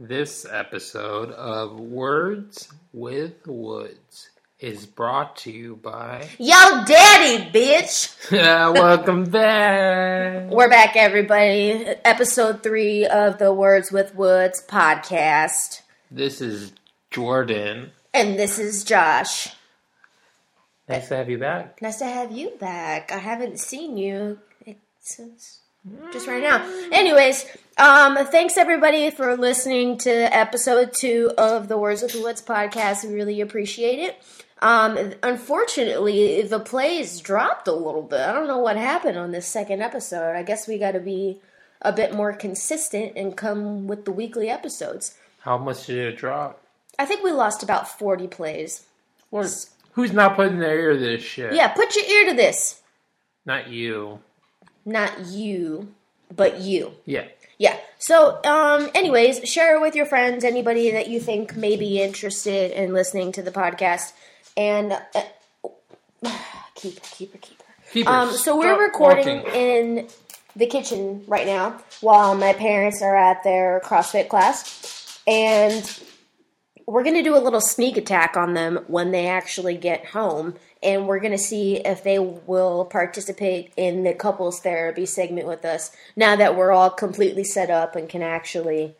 This episode of Words with Woods is brought to you by. Yo, daddy, bitch! Welcome back! We're back, everybody. Episode three of the Words with Woods podcast. This is Jordan. And this is Josh. Nice to have you back. Nice to have you back. I haven't seen you since just right now. Anyways, um, thanks everybody for listening to episode two of the Words with the Woods podcast. We really appreciate it. Um, unfortunately, the plays dropped a little bit. I don't know what happened on this second episode. I guess we got to be a bit more consistent and come with the weekly episodes. How much did it drop? I think we lost about 40 plays. Who's not putting their ear to this shit? Yeah, put your ear to this. Not you. Not you, but you. Yeah. Yeah. So, um, anyways, share with your friends, anybody that you think may be interested in listening to the podcast, and uh, keeper, keeper, keeper. Keepers, Um, so stop we're recording walking. in the kitchen right now while my parents are at their CrossFit class, and we're gonna do a little sneak attack on them when they actually get home, and we're gonna see if they will participate in the couples therapy segment with us now that we're all completely set up and can actually,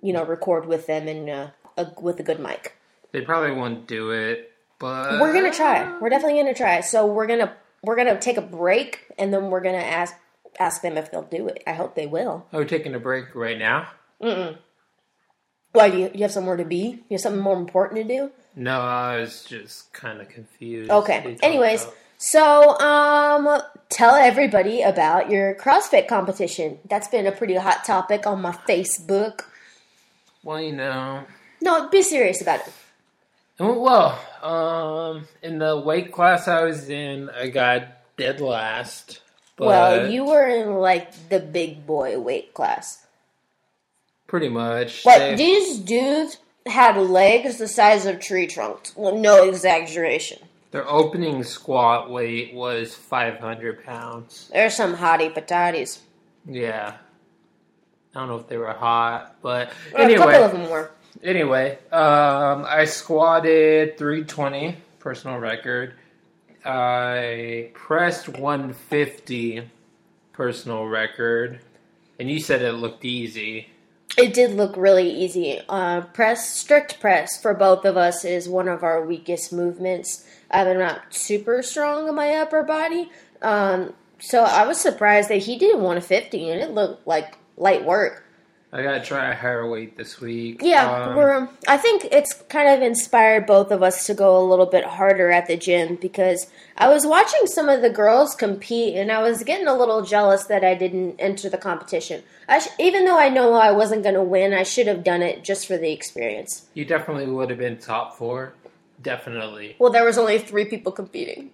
you know, record with them and uh, a, with a good mic. They probably won't do it, but. We're gonna try. We're definitely gonna try. So we're gonna we're gonna take a break and then we're gonna ask ask them if they'll do it. I hope they will. Are we taking a break right now? Why do you, you have somewhere to be? You have something more important to do? No, I was just kind of confused. They Okay. talked Anyways, about- so um tell everybody about your CrossFit competition. That's been a pretty hot topic on my Facebook. Well, you know. No, be serious about it. Well, um, in the weight class I was in, I got dead last. But well, you were in like the big boy weight class. pretty much. Like they- these dudes had legs the size of tree trunks. Well, no exaggeration. their opening squat weight was 500 pounds. There's some hottie potatoes. Yeah, I don't know if they were hot, but A couple anyway, of them were. anyway, um, I squatted 320, personal record. I pressed 150, personal record. And you said it looked easy. It did look really easy. Uh, press, strict press for both of us is one of our weakest movements. I'm not super strong in my upper body, um, so I was surprised that he did 150, and it looked like light work. I gotta try a higher weight this week. Yeah, Um, we're. I think it's kind of inspired both of us to go a little bit harder at the gym because I was watching some of the girls compete and I was getting a little jealous that I didn't enter the competition. I sh- even though I know I wasn't going to win, I should have done it just for the experience. you definitely would have been top four. Definitely. Well, there was only three people competing.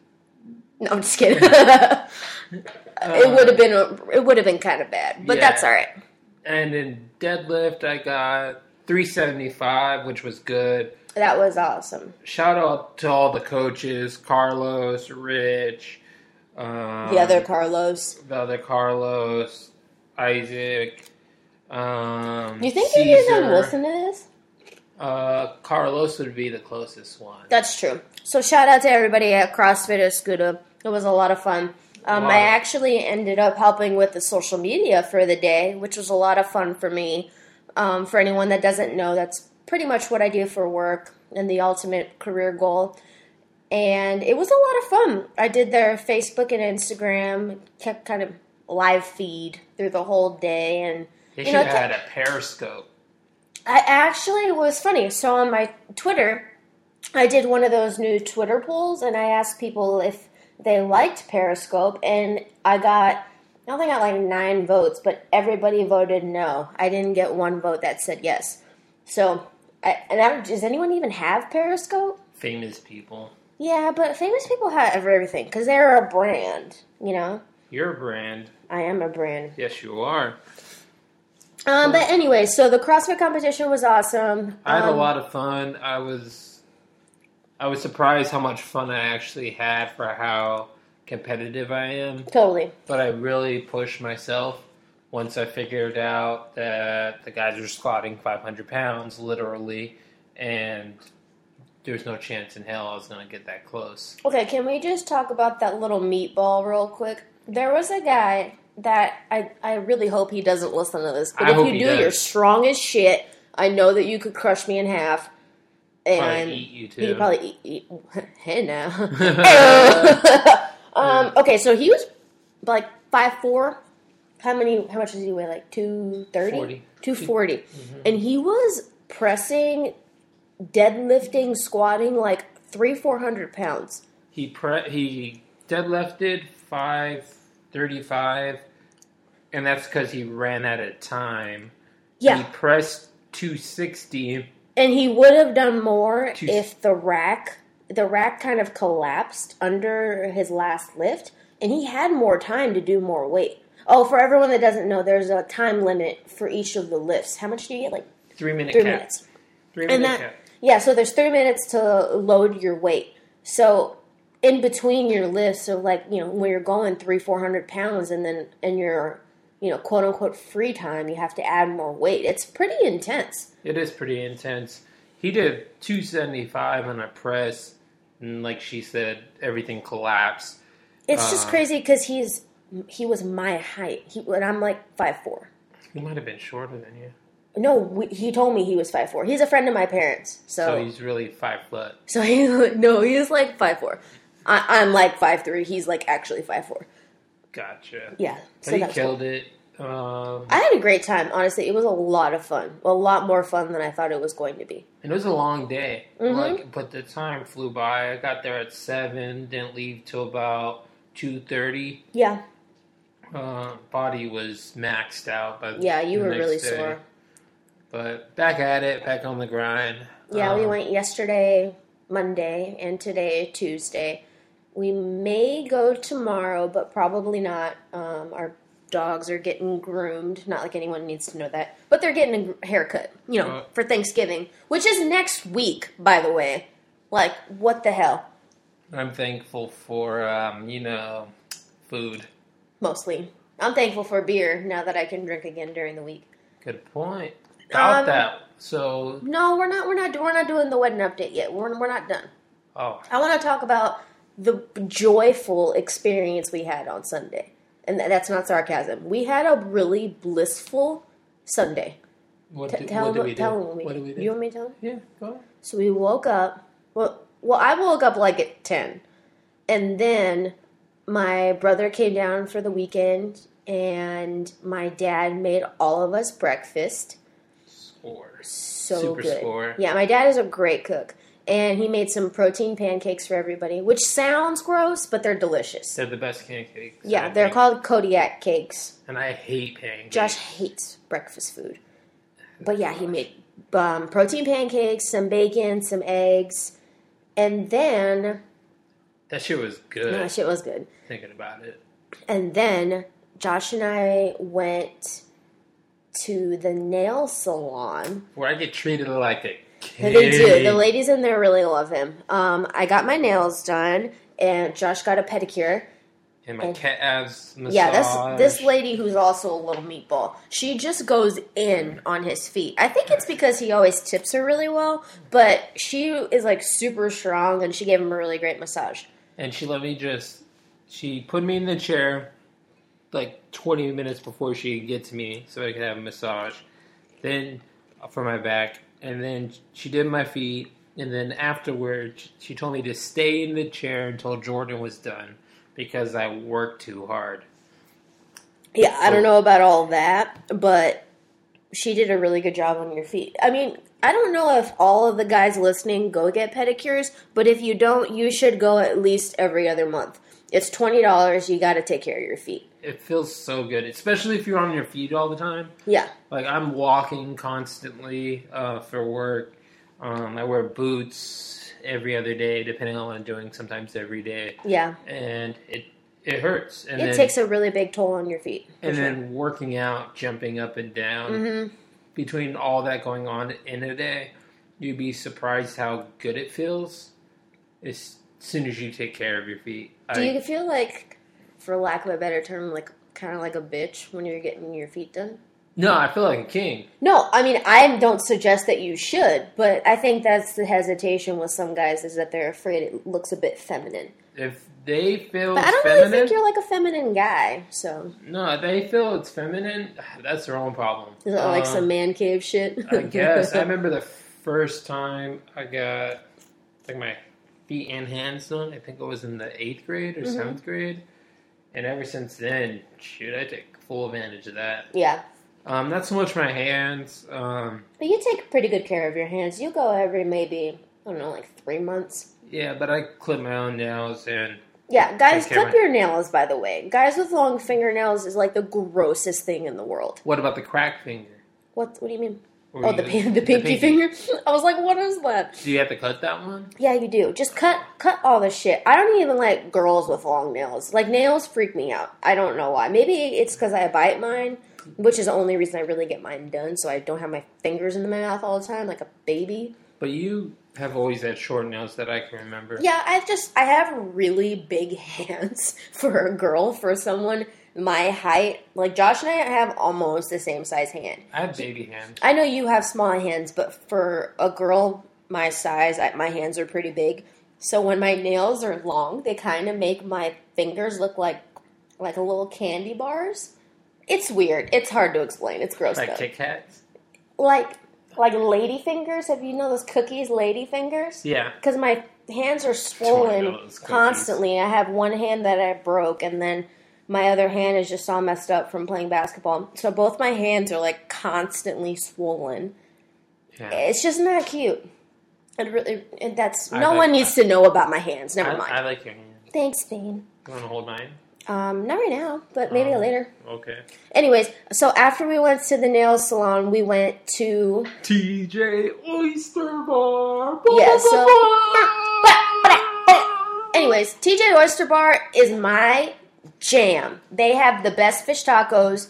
No, I'm just kidding. Uh, it would have been a, it would have been kind of bad, but Yeah. that's all right. And in deadlift, I got 375, which was good. That was awesome. Shout out to all the coaches Carlos, Rich, um, The other Carlos. the other Carlos, Isaac. Um, You think Caesar. you guys are listening to this? Uh, Carlos would be the closest one. That's true. So shout out to everybody at CrossFit Escudo. It was a lot of fun. Um, Wow. I actually ended up helping with the social media for the day, which was a lot of fun for me. Um, for anyone that doesn't know, that's pretty much what I do for work and the ultimate career goal. And it was a lot of fun. I did their Facebook and Instagram, kept kind of live feed through the whole day, and They you should know, have ca- had a periscope. I actually it was funny. So on my Twitter, I did one of those new Twitter polls, and I asked people if they liked Periscope, and I got I only got like nine votes, but everybody voted no. I didn't get one vote that said yes. So, I, and I, don't- does anyone even have Periscope? Famous people. Yeah, but famous people have everything because they're a brand. You know, Your brand. I am a brand. Yes, you are. Um, but anyway, so the CrossFit competition was awesome. I had a Um, lot of fun. I was I was surprised how much fun I actually had for how competitive I am, Totally. but I really pushed myself. once I figured out that the guys are squatting 500 pounds, literally, and there's no chance in hell I was going to get that close. Okay, can we just talk about that little meatball real quick? There was a guy that I, I really hope he doesn't listen to this, but I if hope you he do, you're does. strong as shit. I know that you could crush me in half, Probably and eat you you too. could probably eat. eat hey now. Ew. um, okay, so he was like five four. How many? How much does he weigh? Like two thirty. Forty. Mm-hmm. Two forty. And he was pressing, deadlifting, squatting like three four hundred pounds. he pre- he deadlifted 535, and that's because he ran out of time. He Yeah, pressed 260. and he would have done more Jeez. if the rack the rack kind of collapsed under his last lift, and he had more time to do more weight. Oh, for everyone that doesn't know, there's a time limit for each of the lifts. How much do you get? Like Three minute three cap. minutes. Three and minute that cap. yeah so there's three minutes to load your weight so in between your lifts so like you know when you're going three four hundred pounds and then in your you know quote unquote free time you have to add more weight it's pretty intense It is pretty intense. He did 275 on a press, and like she said, everything collapsed. it's just Uh. crazy because he's he was my height he and i'm like five four He might have been shorter than you. no we, he told me he was five four he's a friend of my parents So so he's really five foot. so he no he's like five four I, i'm like five three he's like actually five four Gotcha. yeah But he that's cool. killed it. Um, I had a great time, honestly. It was a lot of fun. A lot more fun than I thought it was going to be. and it was a long day. Mhm. Like, but the time flew by. I got there at seven. Didn't leave till about two thirty. Yeah. Uh, body was maxed out. By the Yeah, you were next really day. sore. But back at it, back on the grind. Yeah, we Um, went yesterday, Monday, and today, Tuesday. We may go tomorrow, but probably not. Um, our dogs are getting groomed. Not like anyone needs to know that. But they're getting a gr- haircut, you know, Uh. for Thanksgiving, which is next week, by the way. Like, what the hell? I'm thankful for um, you know, food. Mostly. I'm thankful for beer now that I can drink again during the week. Good point. About Um, that. So, No, we're not. We're not. We're not doing the wedding update yet. We're we're not done. oh, I want to talk about the joyful experience we had on Sunday, and th- that's not sarcasm. We had a really blissful Sunday. what, T- do, tell what do him. we do? tell him. What do we do? You want me to tell him? yeah, go on. So we woke up. Well, well, I woke up like at ten, and then my brother came down for the weekend, and my dad made all of us breakfast. Scores. so Super good. score. Yeah, my dad is a great cook, and he made some protein pancakes for everybody, which sounds gross, but they're delicious. They're the best pancakes. yeah, I they're think. called Kodiak cakes. And I hate pancakes. Josh hates breakfast food, but yeah, he made um, protein pancakes, some bacon, some eggs, and then that shit was good. no, shit was good. Thinking about it. And then Josh and I went to the nail salon. Where I get treated like a kid. They do. The ladies in there really love him. Um, I got my nails done, and Josh got a pedicure. and my calves massage. Yeah, this this lady who's also a little meatball. She just goes in on his feet. I think it's because he always tips her really well, but she is like super strong, and she gave him a really great massage. And she let me just. She put me in the chair like 20 minutes before she could get to me so I could have a massage. Then for my back. And then she did my feet. And then afterwards, she told me to stay in the chair until Jordan was done because I worked too hard. Yeah, I don't know about all that, but she did a really good job on your feet. I mean, I don't know if all of the guys listening go get pedicures, but if you don't, you should go at least every other month. It's twenty dollars. You got to take care of your feet. It feels so good, especially if you're on your feet all the time. Yeah, Like I'm walking constantly uh, for work. Um, I wear boots every other day, depending on what I'm doing. Sometimes every day, yeah. and it it hurts. And it then, takes a really big toll on your feet. for and sure. then um, working out, jumping up and down. Mhm. Between all that going on in a day, you'd be surprised how good it feels as soon as you take care of your feet. do I- you feel like, for lack of a better term, like kind of like a bitch when you're getting your feet done? No, I feel like a king. No, I mean I don't suggest that you should, but I think that's the hesitation with some guys is that they're afraid it looks a bit feminine. If they feel But I it's don't Oh, feminine, really think you're like a feminine guy, so no, if they feel it's feminine. That's their own problem. is it like Um, some man cave shit? I guess I remember the first time I got like my feet and hands done. I think it was in the eighth grade or Mhm. 7th grade, and ever since then, shoot, I take full advantage of that. yeah, Um, not so much my hands. Um, but you take pretty good care of your hands. You go every maybe I don't know, like three months. yeah, but I clip my own nails and Yeah, guys, Okay, clip right. your nails. By the way, guys with long fingernails is like the grossest thing in the world. What about the crack finger? What? What do you mean? Or Oh, you- the pin, the pinky finger. I was like, what is that? Do you have to cut that one? Yeah, you do. Just cut, cut all the shit. I don't even like girls with long nails. Like nails freak me out. I don't know why. Maybe it's because I bite mine, which is the only reason I really get mine done. So I don't have my fingers in my mouth all the time like a baby. But you have always had short nails that I can remember. Yeah, I've just I have really big hands for a girl for someone my height. Like Josh and I have almost the same size hand. I have baby hands. I know you have small hands, but for a girl my size, I, my hands are pretty big. So when my nails are long, they kind of make my fingers look like like little candy bars. It's weird. It's hard to explain. It's gross Like though. Kit Kats? Like like lady fingers. Have you know those cookies, lady fingers? Yeah. Because my hands are Torn swollen nose, cookies. constantly. I have one hand that I broke, and then my other hand is just all messed up from playing basketball. So both my hands are like constantly swollen. yeah. It's just not cute. It really, and that's I no like one needs to know about my hands. Never I, mind. I like your hands. Thanks, Bane. You want to hold mine? Um, not right now, but maybe Um, later. Okay. Anyways, so after we went to the nail salon, we went to TJ Oyster Bar. Yeah, so- Anyways, TJ Oyster Bar is my jam. They have the best fish tacos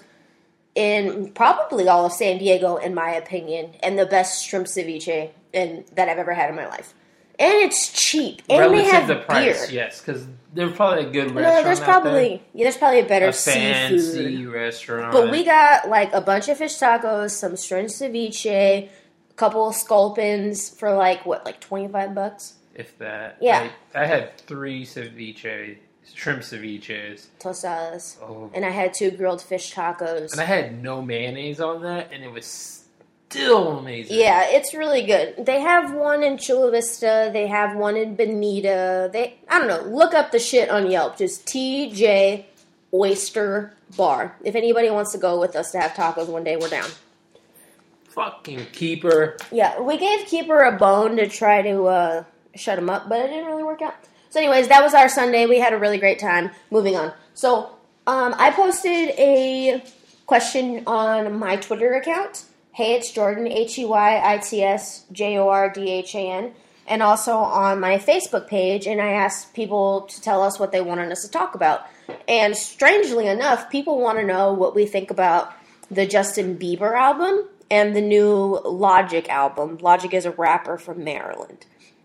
in probably all of San Diego, in my opinion, and the best shrimp ceviche in, that I've ever had in my life. And it's cheap, and Relative they have to price, beer. yes, because there's probably a good restaurant. no, there's out there. probably yeah, there's probably a better a fancy seafood. restaurant. But we got like a bunch of fish tacos, some shrimp ceviche, a couple of sculpins for like what, like twenty five bucks if that. Yeah. I, I had three ceviche, shrimp ceviches. tostadas, Oh, and I had two grilled fish tacos. And I had no mayonnaise on that, and it was still amazing. Yeah, it's really good. They have one in Chula Vista. They have one in Bonita. They, I don't know. Look up the shit on Yelp. Just TJ Oyster Bar. If anybody wants to go with us to have tacos one day, we're down. Fucking keeper. Yeah, we gave Keeper a bone to try to uh, shut him up, but it didn't really work out. So, anyways, that was our Sunday. We had a really great time. Moving on. So, um, I posted a question on my Twitter account. Hey, it's Jordan, H E Y I T S J O R D H A N, and also on my Facebook page. And I asked people to tell us what they wanted us to talk about. And strangely enough, people want to know what we think about the Justin Bieber album and the new Logic album. Logic is a rapper from Maryland.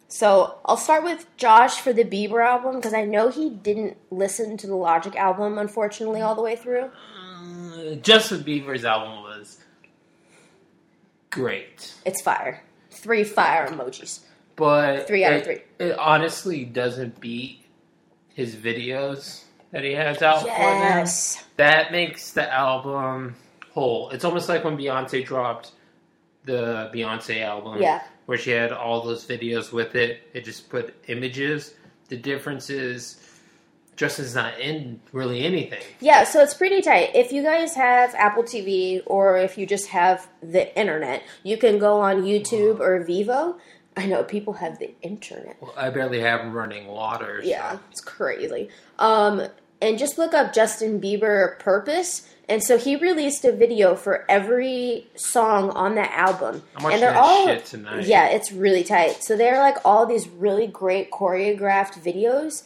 So I'll start with Josh for the Bieber album because I know he didn't listen to the Logic album, unfortunately, all the way through. Uh, Justin Bieber's album was great, It's fire. Three fire emojis. but Three out of it- three. It honestly doesn't beat his videos that he has out for them. Yes. That makes the album whole. It's almost like when Beyonce dropped the Beyonce album. Yeah. where she had all those videos with it. It just put images. The difference is Justin's not in really anything. Yeah, so it's pretty tight. If you guys have Apple TV or if you just have the internet, you can go on YouTube or Vivo. I know people have the internet. Well, I barely have running water. so- Yeah, it's crazy. Um, and just look up Justin Bieber Purpose. And so he released a video for every song on the album. I'm watching and they're that all shit tonight. Yeah, it's really tight. So they're like all these really great choreographed videos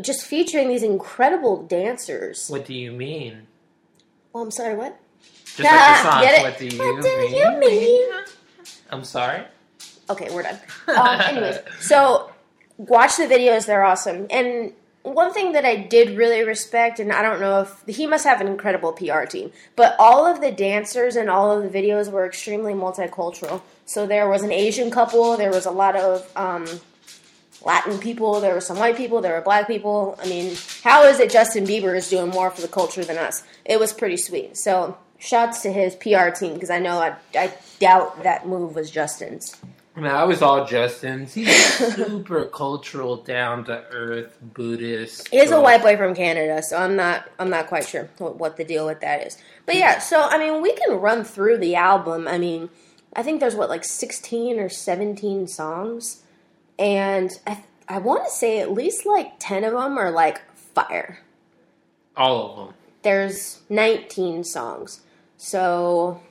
just featuring these incredible dancers. What do you mean? Oh, I'm sorry, what? Ah, Just like the song. Get it? What do you What do mean? you mean? I'm sorry. Um, Okay, we're done. Um, anyways, so watch the videos; they're awesome. And one thing that I did really respect, and I don't know if he must have an incredible PR team, but all of the dancers and all of the videos were extremely multicultural. So there was an Asian couple, there was a lot of um, Latin people, there were some white people, there were black people. I mean, how is it Justin Bieber is doing more for the culture than us? It was pretty sweet. So shouts to his PR team because I know I, I doubt that move was Justin's. I mean, I was all Justin's. He's super cultural, down to earth Buddhist. He is a so- white boy from Canada, so I'm not I'm not quite sure what, what the deal with that is. But yeah, so I mean, we can run through the album. I mean, I think there's what like 16 or 17 songs, and I I want to say at least like 10 of them are like fire. All of them. There's 19 songs, so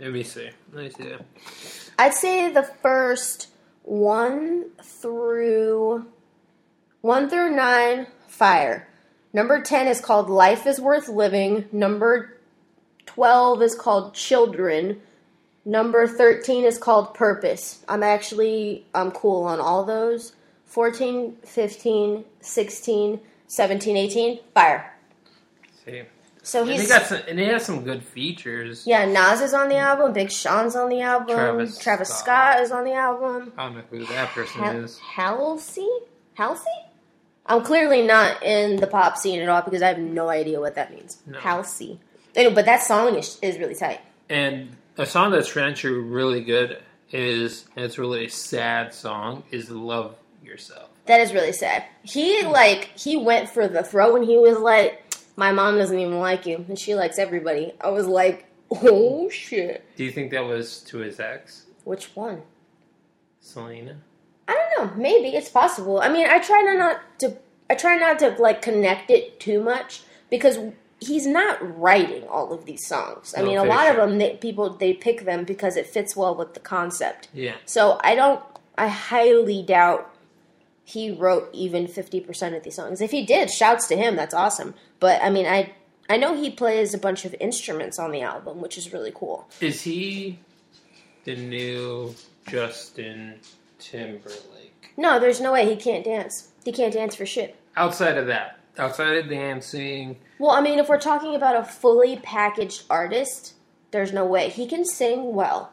Let me see. Let me see. I'd say the first one through one through nine, fire. Number ten is called Life is Worth Living. Number twelve is called Children. Number thirteen is called Purpose. I'm actually I'm cool on all those. 14, 15, 16, 17, 18, fire. See. So And he he's got some, and he has some good features. yeah, Nas is on the album, Big Sean's on the album, Travis Travis Scott. Scott is on the album. I don't know who that person Hal- is. Halsey? Halsey? I'm clearly not in the pop scene at all because I have no idea what that means. No. Halsey. Anyway, but that song is, is really tight. And a song that's ran through really good is, and it's really a sad song, is Love Yourself. That is really sad. He Hmm. like he went for the throat and he was like, "My mom doesn't even like you, and she likes everybody." I was like, "Oh shit!" Do you think that was to his ex, Which one? Selena? I don't know. Maybe it's possible. I mean, I try to not to I try not to like connect it too much because he's not writing all of these songs. I No, mean, a for lot of sure. them they, people they pick them because it fits well with the concept. Yeah. So I don't. I highly doubt he wrote even fifty percent of these songs. If he did, shouts to him. That's awesome. But I mean, I I know he plays a bunch of instruments on the album, which is really cool. Is he the new Justin Timberlake? No, there's no way he can't dance. He can't dance for shit. Outside of that, outside of dancing, Well, I mean, if we're talking about a fully packaged artist, there's no way. He can sing well.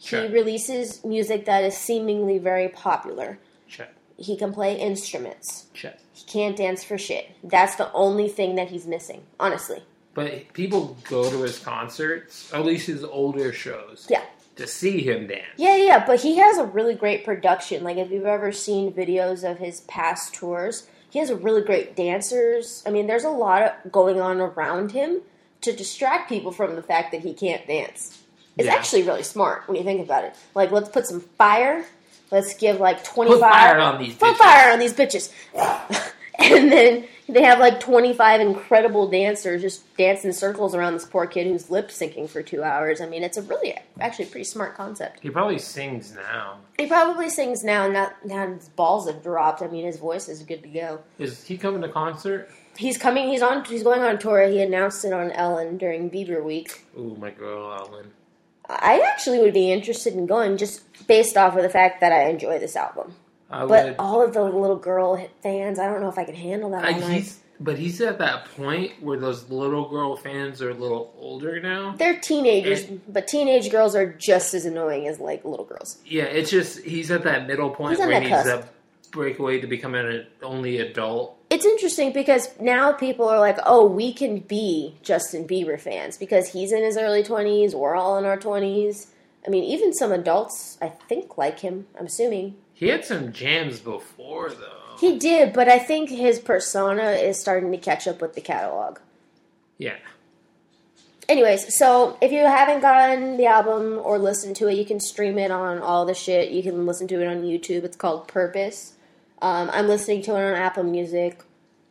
Sure. He releases music that is seemingly very popular. check, He can play instruments. check. He can't dance for shit. That's the only thing that he's missing, honestly. But people go to his concerts, at least his older shows, Yeah. to see him dance. Yeah, yeah, but he has a really great production. Like, if you've ever seen videos of his past tours, he has a really great dancers. I mean, there's a lot of going on around him to distract people from the fact that he can't dance. It's Yeah. actually really smart when you think about it. Like, let's put some fire. Let's give like twenty Put fire on these Put bitches. fire on these bitches. and then they have like twenty five incredible dancers just dancing circles around this poor kid who's lip syncing for two hours. I mean, it's a really actually pretty smart concept. He probably sings now. He probably sings now. Now, now his balls have dropped. I mean, his voice is good to go. Is he coming to concert? He's coming. He's on. He's going on tour. He announced it on Ellen during Bieber Week. Ooh, my girl, Alan. I actually would be interested in going just based off of the fact that I enjoy this album. I But uh, would. all of the little girl fans, I don't know if I can handle that. I, All night. he's, but he's at that point where those little girl fans are a little older now. They're teenagers, but teenage girls are just as annoying as like little girls. Yeah, it's just he's at that middle point He's on where that he needs to break away to become an ad- only adult. It's interesting because now people are like, "Oh, we can be Justin Bieber fans because he's in his early 20s, we're all in our 20s." I mean, even some adults I think like him, I'm assuming. He had some jams before though. He did, but I think his persona is starting to catch up with the catalog. yeah, Anyways, so if you haven't gotten the album or listened to it, you can stream it on all the shit. You can listen to it on YouTube. It's called Purpose. Um, I'm listening to it on Apple Music.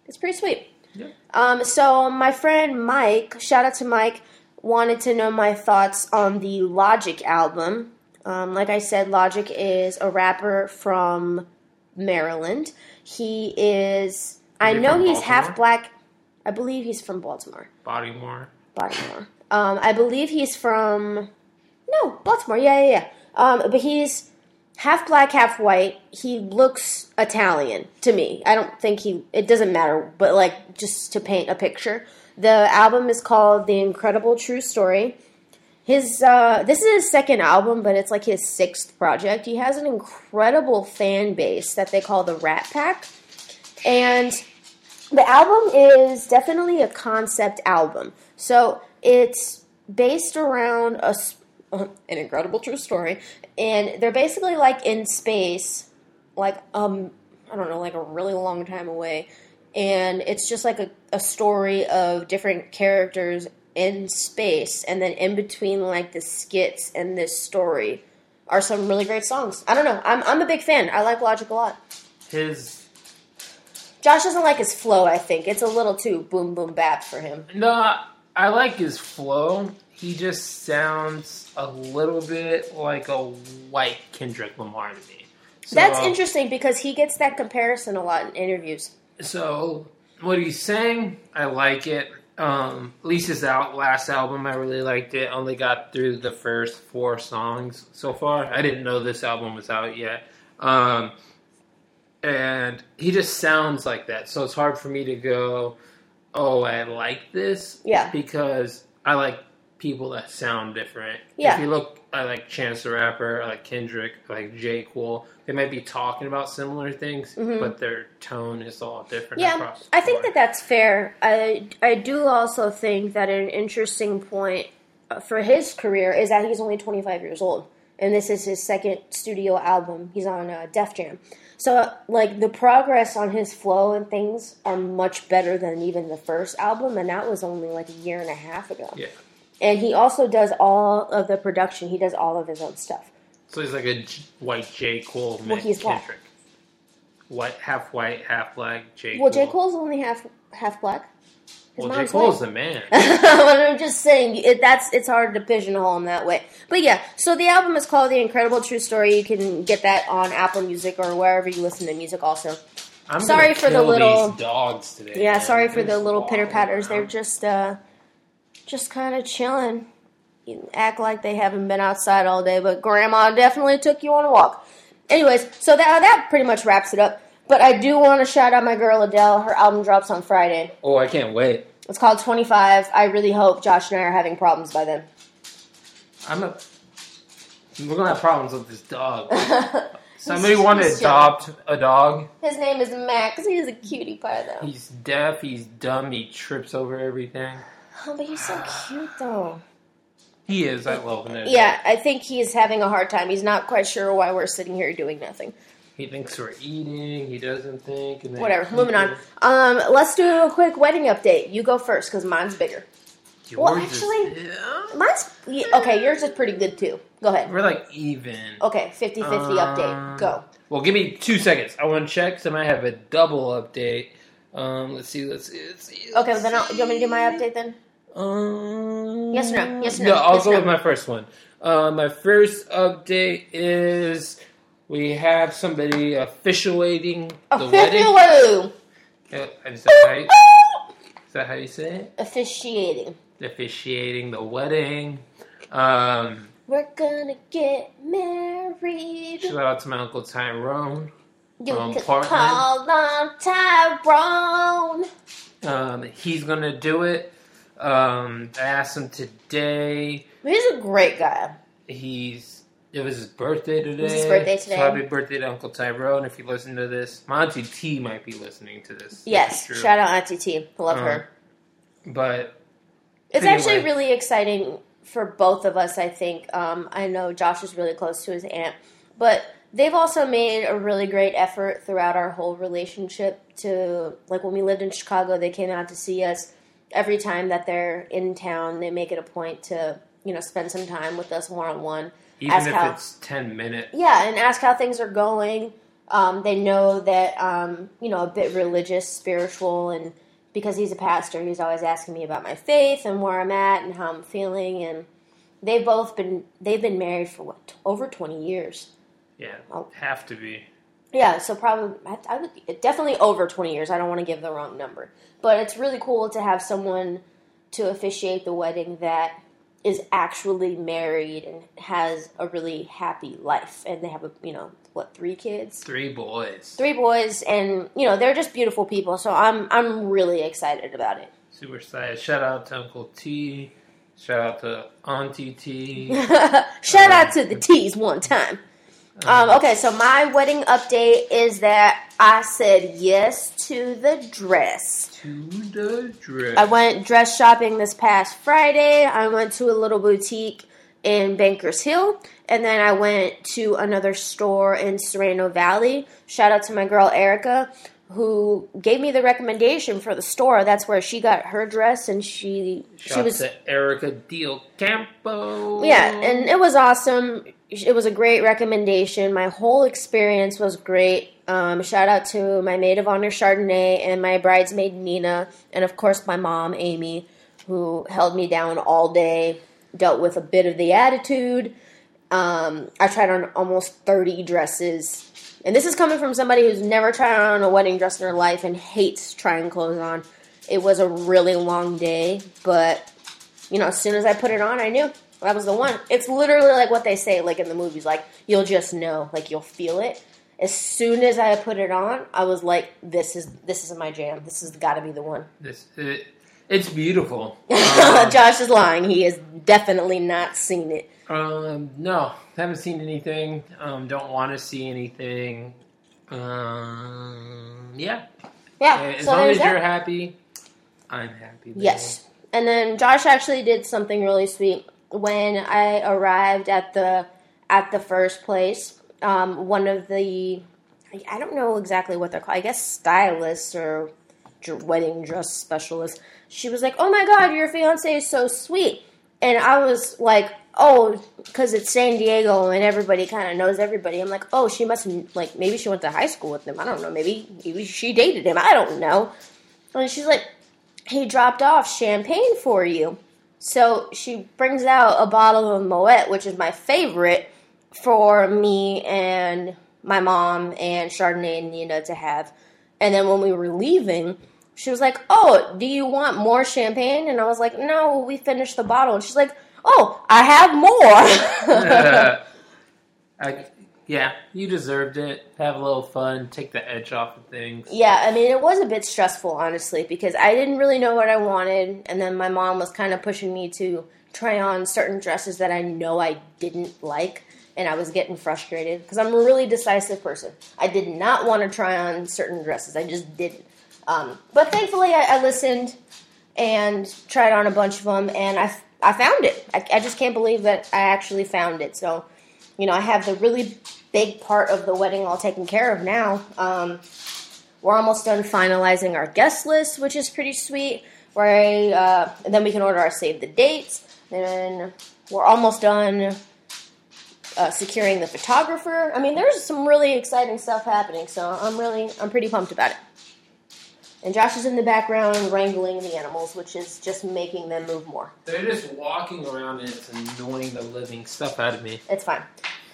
It's pretty sweet. Yeah. Um, so my friend Mike, shout out to Mike, wanted to know my thoughts on the Logic album. Um, like I said, Logic is a rapper from Maryland. He is. I Is he know from he's half Baltimore? black. I believe he's from Baltimore. Bodymore. Baltimore. Um, I believe he's from no Baltimore. Yeah, yeah, yeah. Um, but he's half black, half white. He looks Italian to me. I don't think he. It doesn't matter, but like just to paint a picture, the album is called "The Incredible True Story." His uh, this is his second album, but it's like his sixth project. He has an incredible fan base that they call the Rat Pack, and the album is definitely a concept album. So it's based around a s- an incredible true story, and they're basically like in space, like um I don't know, like a really long time away, and it's just like a, a story of different characters in space, and then in between like the skits and this story are some really great songs. I don't know, I'm I'm a big fan. I like Logic a lot. His Josh doesn't like his flow. I think it's a little too boom boom bap for him. no, I like his flow. He just sounds a little bit like a white Kendrick Lamar to me. So, um, That's interesting because he gets that comparison a lot in interviews. So what he's saying, I like it. Um, Lisa's out last album, I really liked it. Only got through the first four songs so far. I didn't know this album was out yet. Um, and he just sounds like that, so it's hard for me to go, "Oh, I like this." Yeah. because I like people that sound different. Yeah. If you look, I like Chance the Rapper, I like Kendrick, I like J. Cole. They might be talking about similar things, Mhm. but their tone is all different. Yeah, across the I think that board. that's fair. I I do also think that an interesting point uh, for his career is that he's only 25 years old, and this is his second studio album. He's on uh, Def Jam, so uh, like the progress on his flow and things are much better than even the first album, and that was only like a year and a half ago. yeah. And he also does all of the production. He does all of his own stuff. So he's like a J- white J. Cole. Well, Well, he's black. Kendrick. White, half white, half black. J. Well, J Cole's only half half black. Well, J. mom's Cole's white. the man. but I'm just saying it, that's it's hard to pigeonhole him that way. But yeah, so the album is called The Incredible True Story. You can get that on Apple Music or wherever you listen to music. Also, I'm gonna Sorry for the kill little- these dogs today. yeah, man. sorry for They're the just little walking pitter patters. around. They're just uh, just kind of chilling. You act like they haven't been outside all day, but Grandma definitely took you on a walk. Anyways, so that uh, that pretty much wraps it up. But I do want to shout out my girl Adele. Her album drops on Friday. Oh, I can't wait. It's called 25. I really hope Josh and I are having problems by then. I'm a. We're gonna have problems with this dog. Somebody He's- wanted he's to adopt a dog. His name is Max. He's a cutie pie, though. He's deaf. He's dumb. He trips over everything. Oh, but he's so cute, though. He is. I love him. Yeah, I think he's having a hard time. He's not quite sure why we're sitting here doing nothing. He thinks we're eating. He doesn't think. And then Whatever. he Moving on. goes, Um, let's do a quick wedding update. You go first because mine's bigger. "Yours Well, is actually- dumb?" Mine's yeah, okay. Yours is pretty good too. Go ahead. we're like even. Okay, 50-50 update. Um, Go. Well, give me two seconds. I want to check. 'cause I might have a double update. Um, let's see. Let's see. Let's see Okay, let's then I'll, you want me to do my update then? Um, Yes or no? Yes or no? Yeah, I'll Yes go or no? with my first one. Uh, my first update is we have somebody officiating Oh, the wedding. Officially. Uh, Is that, how you, is that how you say it? Officiating. Officiating the wedding. Um, We're gonna get married. shout out to my uncle Tyrone. You Um, can partner. call on Tyrone. Um, he's gonna do it. Um, I asked him today. He's a great guy. He's it was his birthday today. was his birthday So today. happy birthday to Uncle Tyrone. If you listen to this, Monty T might be listening to this. Yes, That's true. shout out Auntie T. Love Um, her. But It's anyway. actually really exciting for both of us, I think. Um, I know Josh is really close to his aunt, but they've also made a really great effort throughout our whole relationship to, like, when we lived in Chicago, they came out to see us. Every time that they're in town, they make it a point to, you know, spend some time with us one on one. even Ask if how- it's ten minutes, yeah, and ask how things are going. Um, they know that um, you know a bit religious, spiritual, and because he's a pastor, he's always asking me about my faith and where I'm at and how I'm feeling. And they've both been they've been married for what t- over 20 years. yeah, Oh. have to be. Yeah, so probably I, I would definitely over 20 years. I don't want to give the wrong number, but it's really cool to have someone to officiate the wedding that is actually married and has a really happy life, and they have a you know what three kids, Three boys. three boys, and you know they're just beautiful people. So I'm I'm really excited about Super excited. Shout out to Uncle T. Shout out to Auntie T. it. Shout out to the T's one time. Um, okay, so my wedding update is that I said yes to the dress. To the dress. I went dress shopping this past Friday. I went to a little boutique in Bankers Hill, and then I went to another store in Sereno Valley. Shout out to my girl Erica, who gave me the recommendation for the store. That's where she got her dress, and she Shout she out was to Erica Deal Campo. yeah, and it was awesome. It was a great recommendation. My whole experience was great. Um, shout out to my maid of honor Chardonnay and my bridesmaid Nina, and of course my mom Amy, who held me down all day, dealt with a bit of the attitude. Um, I tried on almost thirty dresses, and this is coming from somebody who's never tried on a wedding dress in her life and hates trying clothes on. It was a really long day, but you know, as soon as I put it on, I knew that was the one. It's literally like what they say, like in the movies, like you'll just know, like you'll feel it. As soon as I put it on, I was like, "This is this is my jam. This has got to be the one." This, it, it's beautiful. Um, Josh is lying. He has definitely not seen it. Um, no, haven't seen anything. Um, don't want to see anything. Um, yeah. Yeah. As Ah, so long there's as that. you're happy, I'm happy. baby. Yes. And then Josh actually did something really sweet when I arrived at the at the first place. Um, one of the I- I don't know exactly what they're called. I guess stylists or dr- wedding dress specialists. She was like, "Oh my god, your fiance is so sweet," and I was like, "Oh, because it's San Diego and everybody kind of knows everybody." I'm like, "Oh, she must like maybe she went to high school with him. I don't know. Maybe maybe she dated him. I don't know." And she's like, he dropped off champagne for you. So she brings out a bottle of Moet, which is my favorite for me and my mom and Chardonnay and Nina to have. And then when we were leaving, she was like, Oh, do you want more champagne? And I was like, No, we finished the bottle. And she's like, Oh, I have more. I, yeah, you deserved it. Have a little fun. Take the edge off of things. Yeah, I mean, it was a bit stressful, honestly, because I didn't really know what I wanted, and then my mom was kind of pushing me to try on certain dresses that I know I didn't like, and I was getting frustrated because I'm a really decisive person. I did not want to try on certain dresses, I just didn't. Um, but thankfully, I, I listened and tried on a bunch of them, and I, I found it. I, I just can't believe that I actually found it. So, you know, I have the really big part of the wedding all taken care of now. Um, we're almost done finalizing our guest list, which is pretty sweet. Where uh, and then we can order our save the dates. Then we're almost done uh, securing the photographer. I mean, there's some really exciting stuff happening, so I'm really I'm pretty pumped about it. And Josh is in the background wrangling the animals, which is just making them move more. They're just walking around and it's annoying the living stuff out of me. It's fine.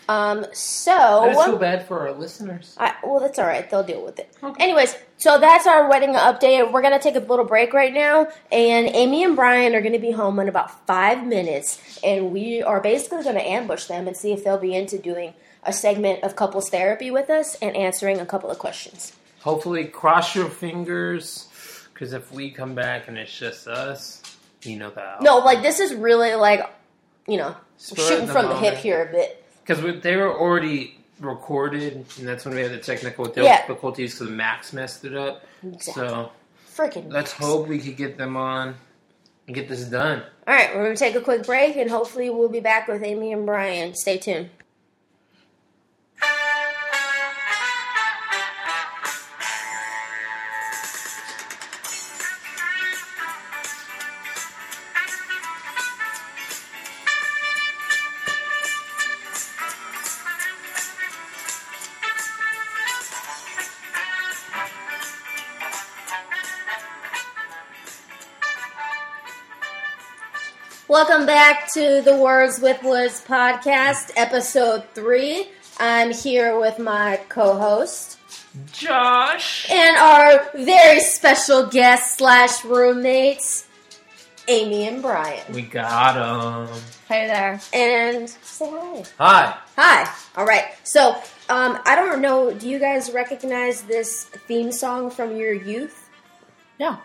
Um, so I just feel bad for our listeners. I, well, that's all right. They'll deal with it. Okay. Anyways, so that's our wedding update. We're gonna take a little break right now, and Amy and Brian are gonna be home in about five minutes, and we are basically gonna ambush them and see if they'll be into doing a segment of couples therapy with us and answering a couple of questions. Hopefully, cross your fingers, because if we come back and it's just us, you know that. No, like this is really like, you know, Spur of shooting the from the hip moment. here a bit. because they were already recorded, and that's when we had the technical Yeah. difficulties because Max messed it up. Exactly. So Freaking. let's nice. hope we could get them on and get this done. All right, we're gonna take a quick break, and hopefully we'll be back with Amy and Brian. Stay tuned. Welcome back to the Words with Liz podcast, episode three. I'm here with my co host Josh, and our very special guest slash roommates, Amy and Brian. We got him. Hey there. And say hi. Hi. Hi. All right. So, um, I don't know. Do you guys recognize this theme song from your youth? No.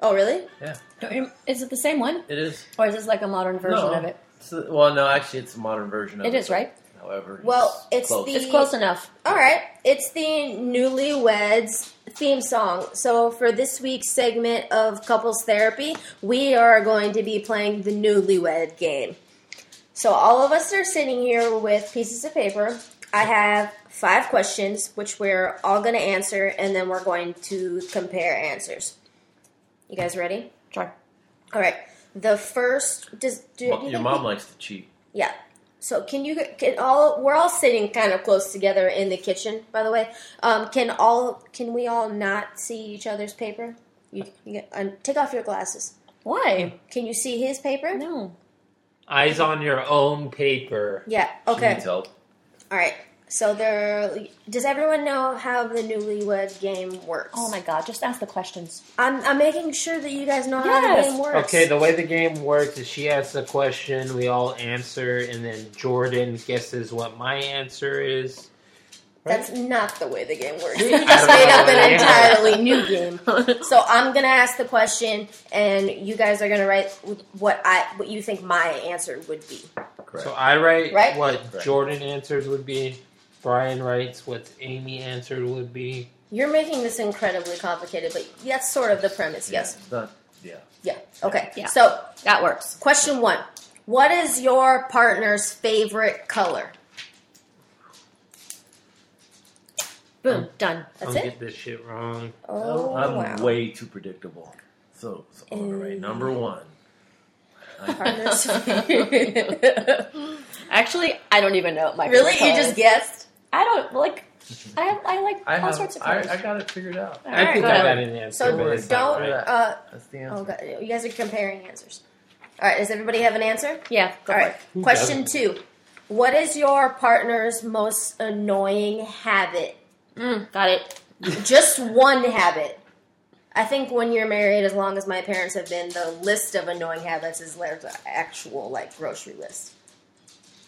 Oh, really? Yeah, Don't you- Is it the same one? It is. Or is this like a modern version No. of it? It's, well, no, actually, it's a modern version of it. It is, right? However, Well, it's close. the- It's close enough. All right. It's the Newlyweds theme song. So, for this week's segment of Couples Therapy, we are going to be playing the Newlywed game. So, all of us are sitting here with pieces of paper. I have five questions, which we're all going to answer, and then we're going to compare answers. You guys ready? Sure. All right. The first. Does, do, do you Mo- your think mom we- likes to cheat. yeah. So can you can all we're all sitting kind of close together in the kitchen, by the way. Um, can all can we all not see each other's paper? You, you get, um, take off your glasses. Why? Can you see his paper? No. Eyes on your own paper. Yeah. She Okay. needs help. All right. So there. Does everyone know how the Newlywed Game works? Oh my god, just ask the questions. I'm I'm making sure that you guys know how the Yes. game works. Okay, the way the game works is she asks a question, we all answer, and then Jordan guesses what my answer is. That's not the way the game works. See? You just I don't made know up the an way. entirely new game. So I'm gonna ask the question, and you guys are gonna write what I what you think my answer would be. Correct. So I write Right? what Correct. Jordan answers would be. Brian writes what Amy answered would be. You're making this incredibly complicated, but that's sort of the premise. Yeah, Yes. It's not, yeah. Yeah. Okay. Yeah. So That works. question one: What is your partner's favorite color? Boom. Done. That's Don't it. get this shit wrong. Oh I'm wow! way too predictable. So, so all right, number one. I, Partner's favorite. Actually, I don't even know what my really? favorite You color just is. guessed? I don't like. I have, I like I, all have, sorts of I, colors. I got it figured out. All I right, think go I ahead. got an answer. So but it's not right. don't. Uh, That's the Oh answer. god, you guys are comparing answers. All right, does everybody have an answer? Yeah. Go All for right. it. Who Question two: What is your partner's most annoying habit? Mm, got it. Just one habit. I think when you're married, as long as my parents have been, the list of annoying habits is there's an actual like grocery list.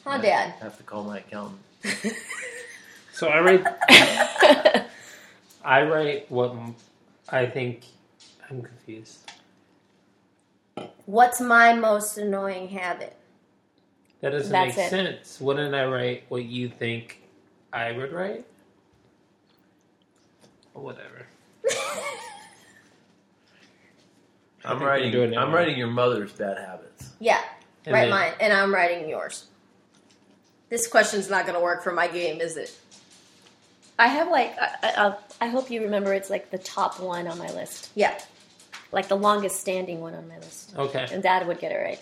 Huh, I Dad? have to call my accountant. So I write. I write what m- I think. I'm confused. What's my most annoying habit? That doesn't That's make it. sense. Wouldn't I write what you think I would write? Whatever. I I'm think we're writing. doing it I'm wrong. writing your mother's bad habits. Yeah, And write then- mine, and I'm writing yours. This question's not going to work for my game, is it? I have like. I, I, I'll- I hope you remember. It's like the top one on my list, Yeah. like the longest standing one on my list. Okay. And Dad would get it right.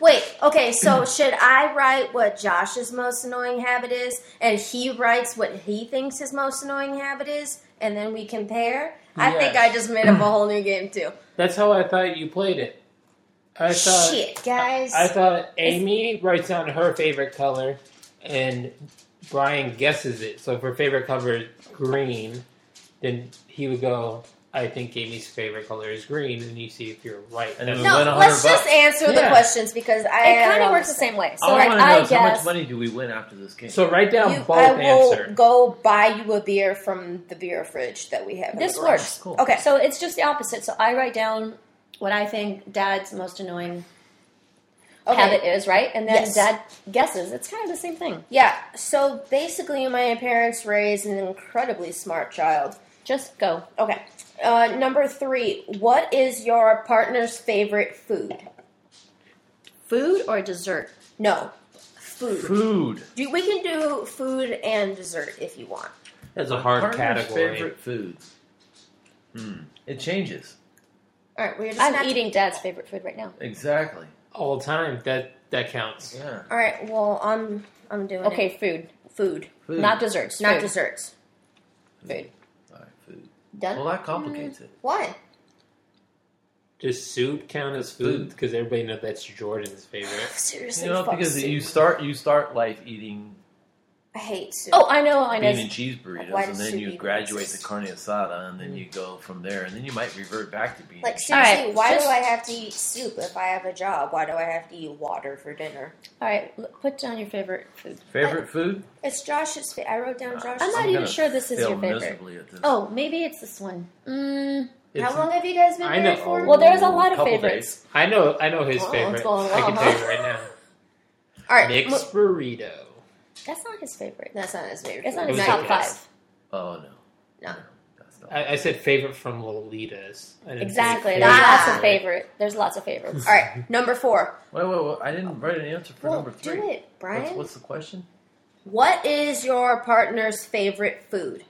Wait, okay, so should I write what Josh's most annoying habit is, and he writes what he thinks his most annoying habit is, and then we compare? I think Yes. I just made up a whole new game, too. That's how I thought you played it. I thought. Shit, guys. I thought Amy writes down her favorite color, and Brian guesses it. So if her favorite color is green, then he would go. I think Amy's favorite color is green, and you see if you're right. And then we no, win 100 let's just bucks. answer the Yeah. questions because I. it kind I of works the same way. So All like, I want to know I is how much guess. money do we win after this game? so write down You, both I will answer. go buy you a beer from the beer fridge that we have. in the This garage. works. Cool. Okay. So it's just the opposite. So I write down what I think Dad's most annoying Okay. habit is, right? And then Yes. Dad guesses. It's kind of the same thing. Yeah. So basically, my parents raised an incredibly smart child. Just go. Okay. Uh, number three, what is your partner's favorite food? Food or dessert? No, food. food. Do, we can do food and dessert if you want. That's a hard Partner's category. Favorite food. Hmm. It changes All right, we're just I'm not- eating Dad's favorite food right now. exactly. All time. That that counts. Yeah. All right. Well, I'm I'm doing Okay, it. food, Food, Food. not desserts. not food. desserts. Food. All right, food. Done. Well, that complicates it. Why? Does soup count as food? Because everybody knows that's Jordan's favorite. Seriously, You know, fuck because soup. you start you start life eating I hate soup. Oh, I know, I know. bean and cheese burritos, Why and does then soup you even graduate to exist? carne asada, and then you go from there, and then you might revert back to bean. like and cheese. seriously, Alright, why just- do I have to eat soup if I have a job? Why do I have to eat water for dinner? All right, l- put down your favorite food. Favorite food? It's Josh's. Fa- I wrote Uh, down Josh's. I'm not I'm even gonna sure this is Fail your favorite. miserably at this. Oh, maybe it's this one. e-, Mm, It's- How long have you guys been I married know. for? well, there's a lot of Couple favorites. I know, I know his Oh, it's favorite. I going can well, tell huh? you right now. All right, Nick's mo- burrito. That's not his favorite. that's not his favorite. It's not food. his Who's top it? five. Oh no. No. That's not. I, I said favorite from Lolita's. I didn't say Exactly. favorite. There's lots Ah. of favorite. There's lots of favorites. All right, number four. Wait, wait, wait! I didn't write an answer for Well, number three. do it, Brian. What's, what's the question? What is your partner's favorite food?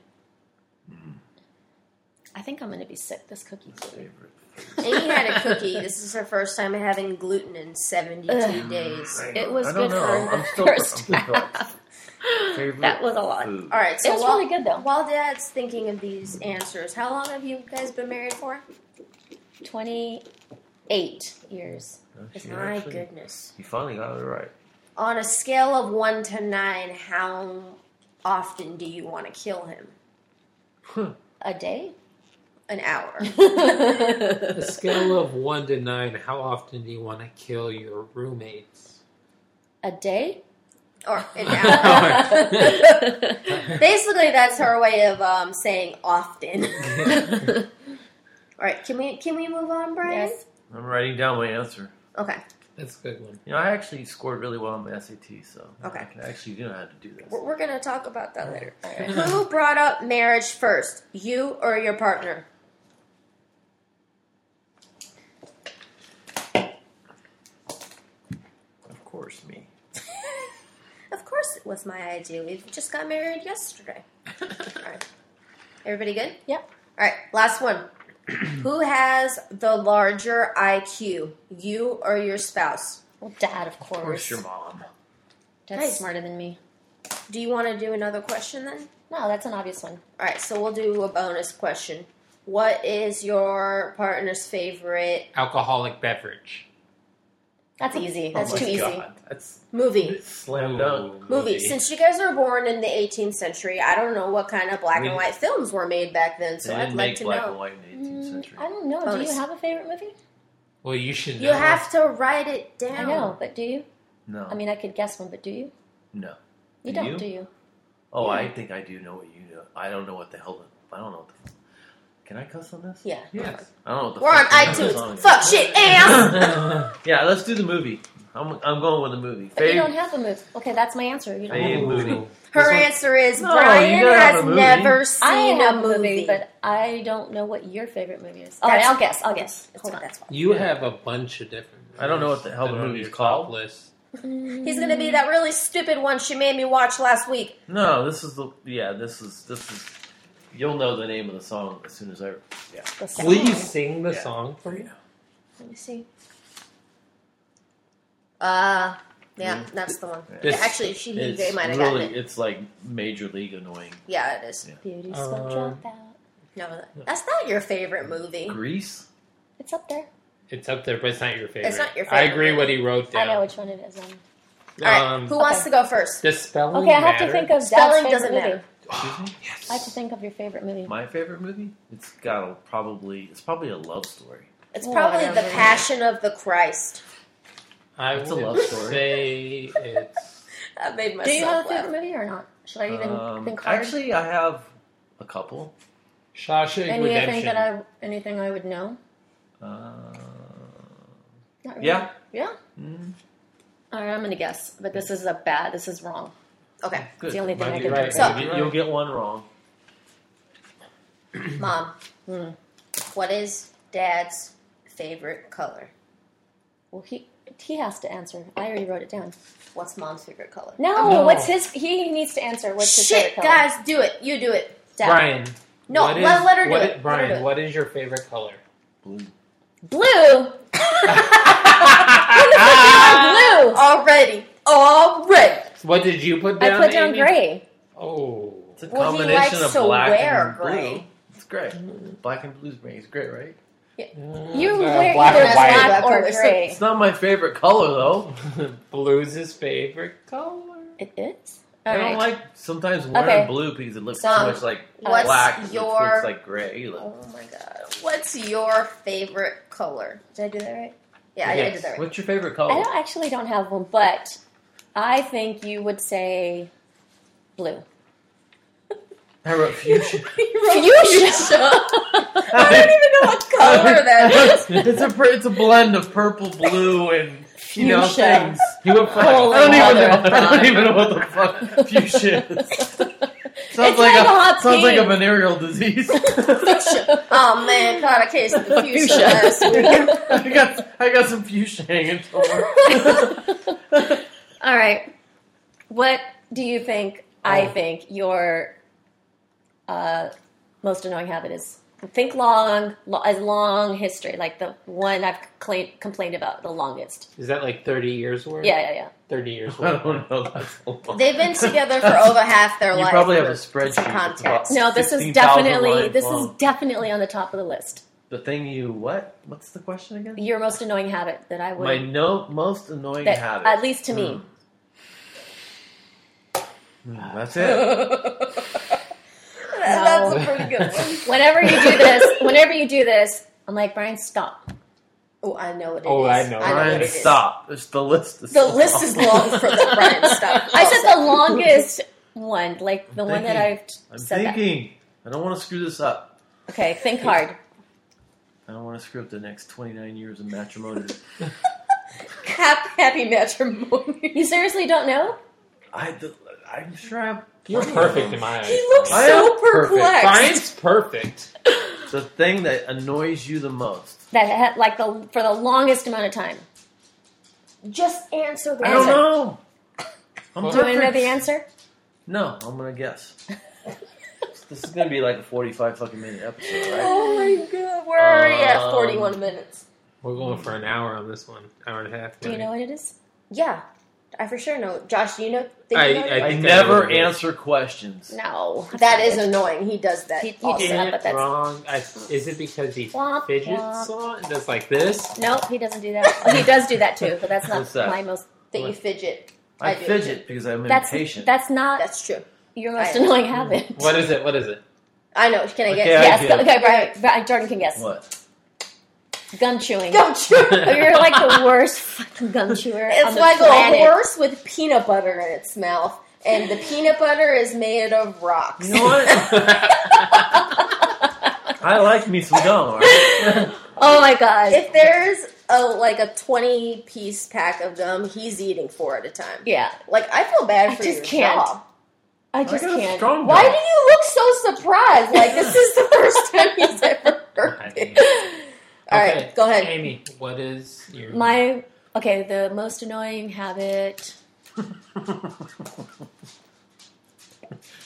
I think I'm gonna be sick. This cookie food. Favorite. Amy had a cookie. This is her first time having gluten in 72 Ugh. days. It was I don't good know. for I'm the still, first I'm still Favorite That was a lot. food. All right, It so was while, really good though. while Dad's thinking of these answers, how long have you guys been married for? Twenty-eight years. No, she My actually- goodness. You finally got it right. On a scale of 1 to 9, how often do you want to kill him? A day? An hour. A scale of one to nine, how often do you want to kill your roommates? a day? Or an hour. Hour. Basically, that's her way of um, saying often. All right, can we can we move on, Brian? Yes. I'm writing down my answer. Okay. That's a good one. You know, I actually scored really well on my SAT, so Okay. I can actually do know how to do this. We're, we're gonna talk about that later. All right. Who brought up marriage first, you or your partner? Of course, me. Of course, it was my idea. We just got married yesterday. All right, everybody good? Yep. All right, last one. Who has the larger IQ, you or your spouse? Well, Dad, of Of course, course. your mom. Dad's Nice. smarter than me. Do you want to do another question then? No, that's an obvious one. All right, so we'll do a bonus question. What is your partner's favorite Alcoholic beverage. That's easy. Oh That's my too easy. God, That's movie? slam dunk. Ooh, Movie. Since you guys were born in the 18th century, I don't know what kind of black We- and white films were made back then, They so didn't I'd make like to black know. and white in the 18th Mm, century. I don't know. Do Bonus. you have a favorite movie? Well, you should. Know. You have to write it down. I know, but do you? No, I mean, I could guess one, but do you? no. You Do don't, you? do you? Oh, Yeah. I think I do know what you know. I don't know what the hell. The, I don't know what the. Can I cuss on this? Yeah. Yes. I don't know what the. We're on fuck the hell iTunes. the song is. Fuck shit ass. yeah, let's do the movie. I'm, I'm going with the movie. But you don't have a movie. Okay, that's my answer. You don't Favorite have Ooh. movie. Her one- answer is No, you Brian gotta have has a movie. never I seen have a movie. but I don't know what your favorite movie is. All That's- right, I'll guess. I'll guess. That's Hold why- on. that's why. You have a bunch of different. I don't know what the hell the that are on movie's your top called. List. He's gonna be that really stupid one she made me watch last week. No, this is the. Yeah, this is this is. You'll know the name of the song as soon as I. The song. Please sing the Yeah. song for me. Let me see. Uh, yeah, that's the one. This- yeah, actually, she It's they might have Mm. really, gotten it. it's like major league annoying. Yeah, it is. Beauty Um, Squad Uh, Dropout. No, that's not your favorite movie. Grease. It's up there. It's up there, but it's not your favorite. not your I favorite. agree what he wrote I down. know which one it is. Um, All right, Um, who wants Okay. to go first? Does spelling okay, I have to matter? think of Spelling Dad's favorite doesn't movie. matter. Excuse me. Yes. I have to think of your favorite movie. My favorite movie. It's got a probably. It's probably a love story. It's probably The Whatever. Passion of the Christ. I It's a would love story. say it's. That made myself Do you have a laugh. favorite movie or not? Should I even Um, think hard? actually, I have a couple. Shawshank anything Redemption. that I anything I would know? Uh, Not really. yeah. Yeah. Mm, All right, I'm gonna guess, but this is a bad. This is wrong. Okay, good. It's the only thing Might I be can right. think of. So- You- You'll get one wrong. Mom, Hmm. what is Dad's favorite color? Well, he he has to answer. I already wrote it down. What's Mom's favorite color? No, No. what's his? He needs to answer. What's his Shit, favorite color? guys, do it. You do it. Dad. Brian. No, what let- is- let her do what it. is- Let her Brian, do it. what is your favorite color? Blue. Blue. blue. Already. Already. Ah! What did you put I down? put down Amy? gray. Oh. It's a Well, he combination likes to of black wear and gray. blue. It's great. Black and blue's great. It's great, right? You Uh, wear black either and white. black Black or or gray. It's not my favorite color though. Blue's his favorite color. It is. All I don't right. like sometimes wearing Okay. blue because it looks Some. too much like What's black. It your- looks like gray. Look. Oh my god. What's your favorite color? Did I do that right? Yeah, I- I Yes. did that right. What's your favorite I color? don't actually don't have one, but I think you would say blue. I, wrote fuchsia. Fuchsia. I don't even know what color that is. it's a pr- it's a blend of purple, blue, and you know Fuchsia. things. You went fuck. Holy I don't even mother. know. I don't even know what the fuck fuchsia is. Sounds It's like like a a hot sounds like a pink. venereal disease. Oh man, caught a case of the fuchsia Fuchsia. last week. I got I got some fuchsia hanging somewhere. All right. What do you think? I Oh. think your uh, most annoying habit is think long, lo- a long history, like the one I've cla complained about the longest. Is that like 30 years worth? Yeah, yeah, yeah. Thirty years I old. don't know. That's a lot. They've been together for over half their You life. probably have a for spreadsheet. Some that's about context. No, this is 16,000 definitely lines this is long. definitely on the top of the list. the thing you what? What's the question again? Your most annoying habit that I would My no most annoying that, uh, habit. at least to me. Mm, that's it. That's a pretty good one. Hmm. Whenever you do this, whenever you do this, I'm like Brian, stop. Oh, I know what it is. Oh, I know. what Brian, it Ryan, is. stop. It's the list. Is The long. list is long for the Brian stop. I said the longest one, like the one that thinking. I've I'm said that. thinking. I don't want to screw this up. Okay, think hard. I don't want to screw up the next 29 years of matrimony. happy, happy matrimony. You seriously don't know? I, the, I'm sure I'm. You're perfect in my eyes. He looks I am so perfect. perplexed. Brian's perfect. The thing that annoys you the most. That had, like the for the longest amount of time. Just answer the I don't question. know. I'm Do Do you want to know perfect. the answer? No, I'm gonna guess. this is gonna be like a 45 fucking minute episode, right? Oh my god, we're already at Um, 41 minutes. We're going for an hour on this one. Hour and a half. Do you know what it is? Yeah, I for sure know. Josh, do you know? Think I- you know I it? I, think never would be- answer questions. No. that is annoying. He does that. He- he also. Did Yeah, it but that's- wrong. I, is it because he Womp, fidgets womp. a lot and does like this? Nope, he doesn't do that. Oh, he does do that too, but that's not What's that? my most. That you fidget. I, I do. fidget because I'm That's impatient. Hmm. that's not That's true. your most I- annoying habit. What is it? What is it? I know. Can I Okay, get? I Yes. did. Okay, Brian, Brian. Jordan can guess. what? Gum chewing. Gum chew. Oh, You're like the worst fucking gum chewer. on It's the like planet. a horse with peanut butter in its mouth, and the peanut butter is made of rocks. You know what? I like me some gum. all right? Oh my god. if there's a like a twenty piece pack of gum, he's eating four at a time. yeah, Like I feel I bad for just your can't. jaw. I just I got a can't. strong Why jaw. do you look so surprised? Like this is the first time he's ever heard it. All right, Okay, go ahead. Amy. What is your My okay, the most annoying habit.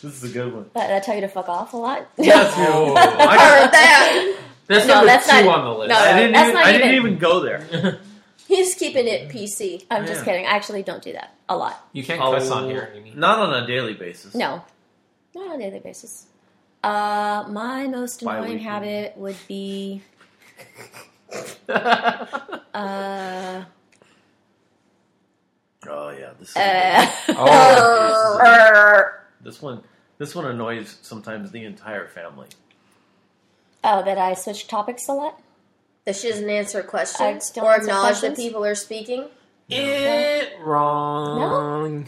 this is a good one. That, that tell you to fuck off a lot. That's Oh. no, I, Heard that. That's No, number that's two not- on the list. no, I didn't, that's even, not I didn't even- even go there. He's keeping it PC. I'm just Yeah. kidding. I actually don't do that a lot. You can't Oh, cuss on here, Amy. Not on a daily basis. No, not on a daily basis. Uh, my most annoying Bi-weekly. habit would be uh, Oh yeah, this is uh Oh. this one. This one annoys sometimes the entire family. oh that I switch topics a lot. That she doesn't answer I questions don't or answer acknowledge questions. that people are speaking, It wrong.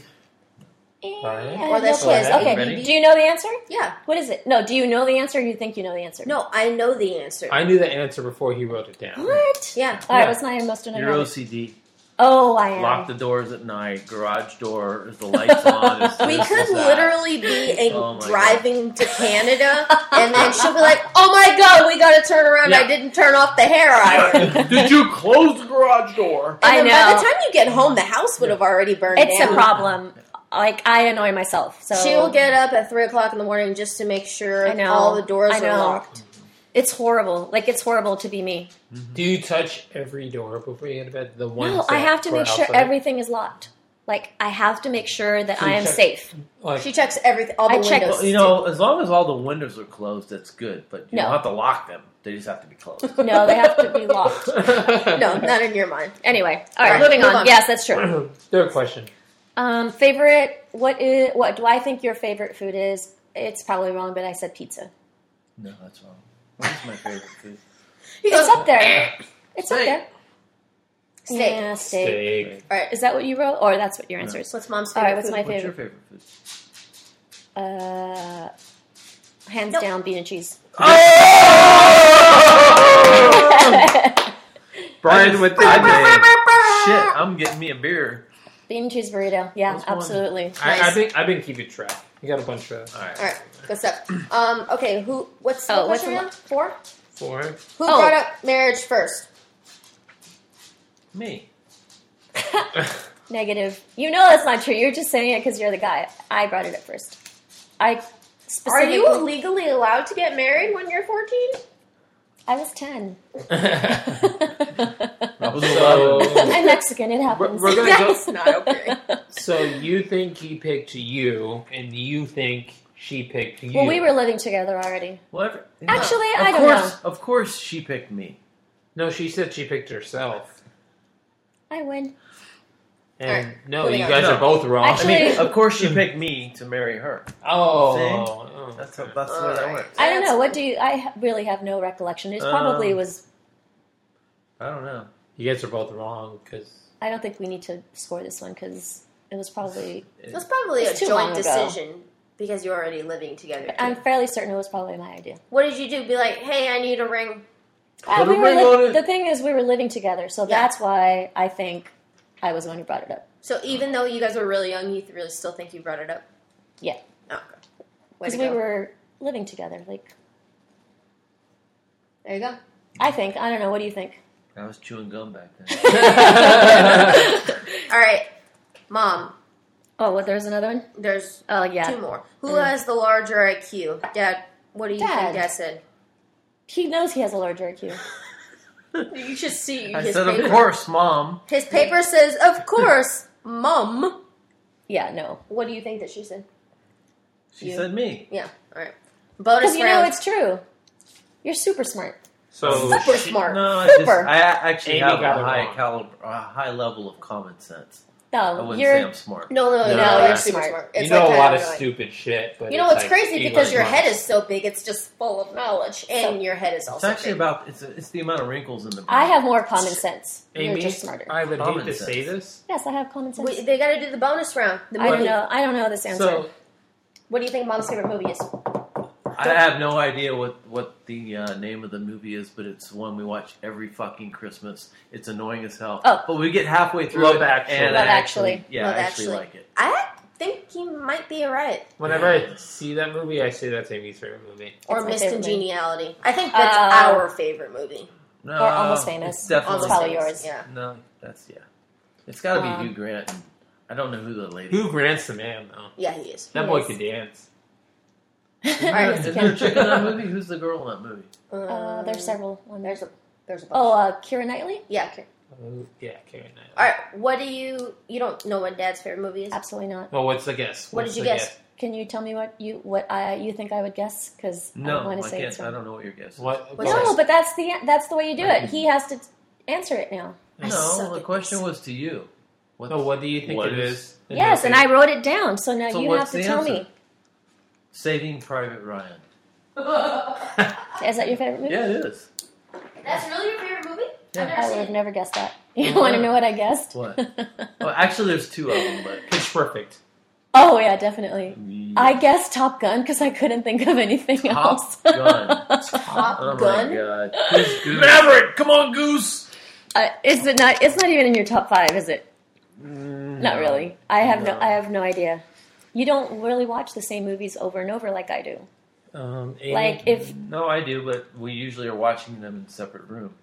Eh, or that no she clues. has Alright, Okay, ready? do you know the answer? Yeah, What is it? No, do you know the answer? Or you think you know the answer? no, I know the answer. I knew the answer before he wrote it down. What? yeah, All right, Yeah. what's not your most annoying? Your habit? OCD. Oh, I am. Lock the doors at night. Garage door. Is the lights on? Is we this, could is that. literally be in Oh my driving to Canada, and then she'll be like, "Oh my god, we got to turn around. I Yeah. didn't turn off the hair iron." Did you close the garage door? And I then by the know. time you get home, the house would have already burned It's down. a problem. Like I annoy myself. So She will get up at three o'clock in the morning just to make sure I know. all the doors I are know. locked. It's horrible. Like it's horrible to be me. Do you touch every door before you go to bed? The one. No, I have to make sure outside? everything is locked. Like I have to make sure that So I you am check- safe. Like, She checks everything, all the I check- windows. Well, you know, as long as all the windows are closed, that's good. But you No. don't have to lock them; they just have to be closed. No, they have to be locked. no, not in your mind. Anyway, all right, Alright, moving move on. on. Yes, that's true. Third question. Um, favorite? What is? What do I think your favorite food is? It's probably wrong, but I said pizza. No, that's wrong. What's my favorite food? It's up there. It's up Steak. there. Steak. Yeah, steak. Steak. All right, is that what you wrote, or that's what your No. answer is? What's mom's All favorite? right, what's my What's your favorite? favorite food? Uh, hands Nope. down, bean and cheese. Ah! Brian with the I I, Shit, I'm getting me a beer. bean and cheese burrito. Yeah, That's one. absolutely. I, Nice. think I've been keeping track. You got a bunch of All right. All right, good stuff. Um, okay, who? What's the Oh, what's question the- now? Four. four. Who Oh. brought up marriage first? Me. Negative. You know that's not true. You're just saying it because you're the guy. I brought it up first. I Are specifically. you legally allowed to get married when you're 14? I was ten. I was so, I'm Mexican. It happens. We're- we're gonna go- That's not okay. so you think he picked you, and you think she picked you? well, we were living together already. Whatever. Actually, of I don't know. course, Of course she picked me. No, she said she picked herself. I win. And Alright, no, moving you on. guys No. are both wrong. I Actually- mean, of course Mm. she picked me to marry her. oh, That's how, that's the way that works. I don't know. What do you? I ha- really have no recollection. It Um, probably was. I don't know. you guys are both wrong because I don't think we need to score this one because it was probably. That's probably It's a too long joint ago. decision because you're already living together. too. I'm fairly certain it was probably my idea. what did you do? Be like, hey, I need a ring. Uh, Put we a were ring li- on it. the thing is, we were living together, so Yeah. that's why I think I was the one who brought it up. So even though you guys were really young, you really still think you brought it up? Yeah. Oh, okay. Way Because to we go. were living together. Like, there you go. I think. I don't know. What do you think? I was chewing gum back then. All right, mom. Oh, what? There's another one? There's Oh, yeah. two more. Who Mm. has the larger IQ? Dad. What do you Dad. think Dad said? He knows he has a larger IQ. You should see I his said, paper. of course, mom. His paper says, "Of course, mom." Yeah, no. What do you think that she said? She You. said me. Yeah. All right. Bonus Because round. you know it's true. You're super smart. so. Super she- smart. No, I, Super. just, I actually Amy have got a it high wrong. caliber, a high level of common sense. I No, wouldn't say you're. I'm smart. No, no, no, No, no, you're yeah. super Smart. smart. You It's know like a that, lot of you're like- stupid shit, but You know it's what's like, crazy you because learn your much. head is so big, it's just full of knowledge, and So- your head is It's also actually big. about it's, it's the amount of wrinkles in the brain. I have more common sense. Amy, you're just smarter. I would Common hate to sense. say this. yes, I have common sense. We, they got to do the bonus round. The I don't movie. know. I don't know this answer. So What do you think mom's favorite movie is? I have no idea what what the uh, name of the movie is, but it's the one we watch every fucking Christmas. It's annoying as hell. Oh. but we get halfway through Love it, Actually. and Love I actually, Actually. yeah, Love I actually, Actually. like it. I think he might be right, whenever I see that movie, I say that's Amy's favorite movie. or It's my Miss favorite movie. Congeniality. I think that's Uh, our favorite movie. No, Or Almost It's Famous. definitely Almost probably Famous, yours. Yeah. no. That's yeah. It's got to be Um, Hugh Grant. And I don't know who the lady. Who grants the man though? Yeah, he is. That He boy is. could dance. Isn't there- Alright, isn't there a chick in that movie? Who's the girl in that movie? Uh, there's several. On there. There's a. There's a. Bunch. Oh, uh, Kira Knightley? yeah. Okay. Oh, yeah, Karen. Knight. All right. What do you? You don't know what Dad's favorite movie is? Absolutely not. Well, what's the guess? What What's did you the guess? Can you tell me what you what I you think I would guess? Because I No, I, want to say can't. it's I wrong. don't know what your guess. Is. What? What's what- No, but that's the that's the way you do I it. He has to answer it now. I suck No, at the this. question was to you. What's, No, what do you think What it is- is? yes, and I wrote it down, so now So you have what's to the tell me. answer? Saving Private Ryan. Is that your favorite movie? Yeah, it is. That's really your favorite movie? Yeah. I've never I would seen have it. never guessed that. You Why want to not? know what I guessed? What? Well, actually, there's two of them, but Pitch Perfect. oh yeah, definitely. I guessed Top Gun because I couldn't think of anything Top else. Gun. Top oh Gun. my god, Who's Goose? Maverick, come on, Goose. Uh, is it not? It's not even in your top five, is it? Mm. Not really. I have no. No. I have no idea. You don't really watch the same movies over and over like I do. Um, Amy, Like if No, I do, but we usually are watching them in separate rooms.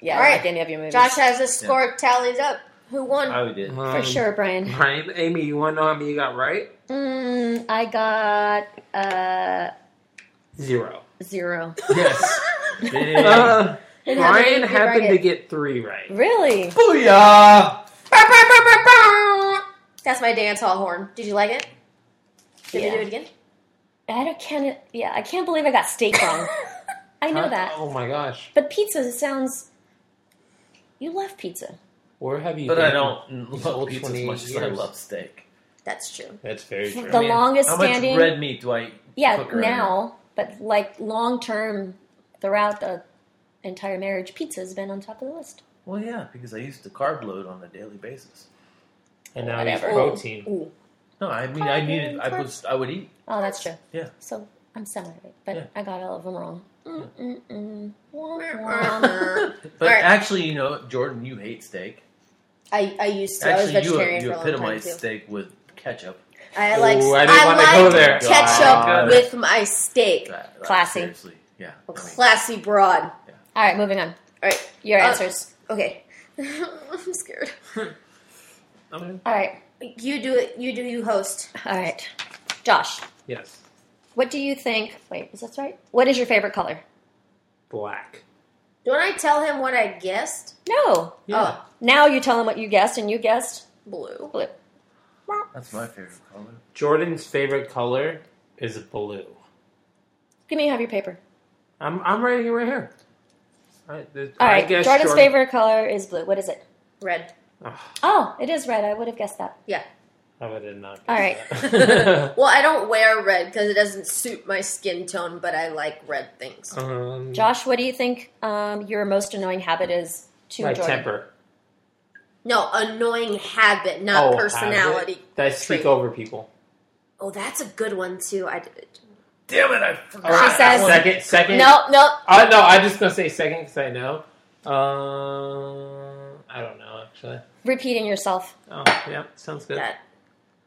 yeah, All right. like any of your movies. Josh has his score tallied up. Who won? Uh, I did. for sure, Brian. Brian, Amy, you want to know how many you got right? Mm, I got uh, Zero. zero. Yes. Big. uh, It Brian to be happened to ragged. get three right. Really? Booyah! Bah, bah, bah, bah, bah. That's my dance hall horn. Did you like it? Did we Yeah. do it again? I don't can't. Yeah, I can't believe I got steak wrong. I know Huh? that, Oh my gosh. but pizza sounds. You love pizza. Or have you? But I been- don't love old pizza as 28 much as I years. love steak. That's true. That's very true. The I mean, longest How much standing. red meat do I yeah, cook around here? now, but like long term throughout the entire marriage, pizza has been on top of the list. Well, yeah, because I used to carb load on a daily basis. and now he's Whatever. protein. Ooh. No, I mean I Carb needed. load, I carb- was. I would eat. Oh, that's true. Yeah. So I'm semi right, but Yeah. I got all of them wrong. Mm, Mm-mm-mm. Mm, Wah, wah. I, But Alright. actually, you know, Jordan, you hate steak. I used to. I was Actually, you, vegetarian you for a long time epitomize too. steak with ketchup. I like Ooh, I I, didn't wanna go there. like ketchup Ah, God. with my steak. That- that- Classy. Seriously, yeah. I mean, Classy broad. all right, moving on. All right. Your Uh, answers. Okay. I'm scared. I mean, All right, You do it. You do. You host. all right. Josh, Yes, what do you think? Wait, is that right? What is your favorite color? black. Don't I tell him what I guessed? No. Yeah. Oh, Now you tell him what you guessed, and you guessed blue. blue. that's my favorite color. Jordan's favorite color is blue. Give me half your paper. I'm I'm writing it right here. I, this, All I right, guess Jordan's Jordan- favorite color is blue. What is it? Red. Ugh, Oh, it is red. I would have guessed that. I would have not. All guessed right. that. Well, I don't wear red because it doesn't suit my skin tone, but I like red things. um, Josh, what do you think um, your most annoying habit is to my Jordan? temper. No, annoying habit, not Oh, personality. habit. That I speak trait. over people. Oh, that's a good one too. I Damn it! I All forgot. right, She says- second, second. No, no. I no, I'm just gonna say second because I know. Um, I don't know actually. Repeating yourself. Oh, yeah, sounds good. that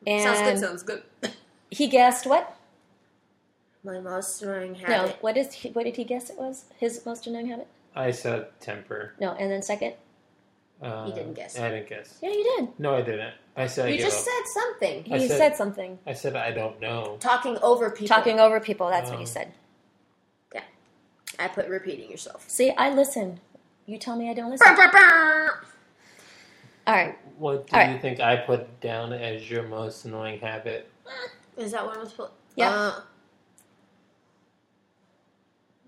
And sounds good. Sounds good. He guessed what? My most annoying habit. No. What is? He, what did he guess it was? His most annoying habit? I said temper. No. And then second? Uh, You didn't guess. I didn't guess. Yeah, you did. No, I didn't. I said I you give just up. said something. I He said- said, something. I said I don't know. Talking over people. Oh. Talking over people. That's what he Um, said. I put repeating yourself. See, I listen. You tell me I don't listen. Brr, brr, brr. All right. What do All you right. think I put down as your most annoying habit? Is that what I'm supposed? Yeah. Uh,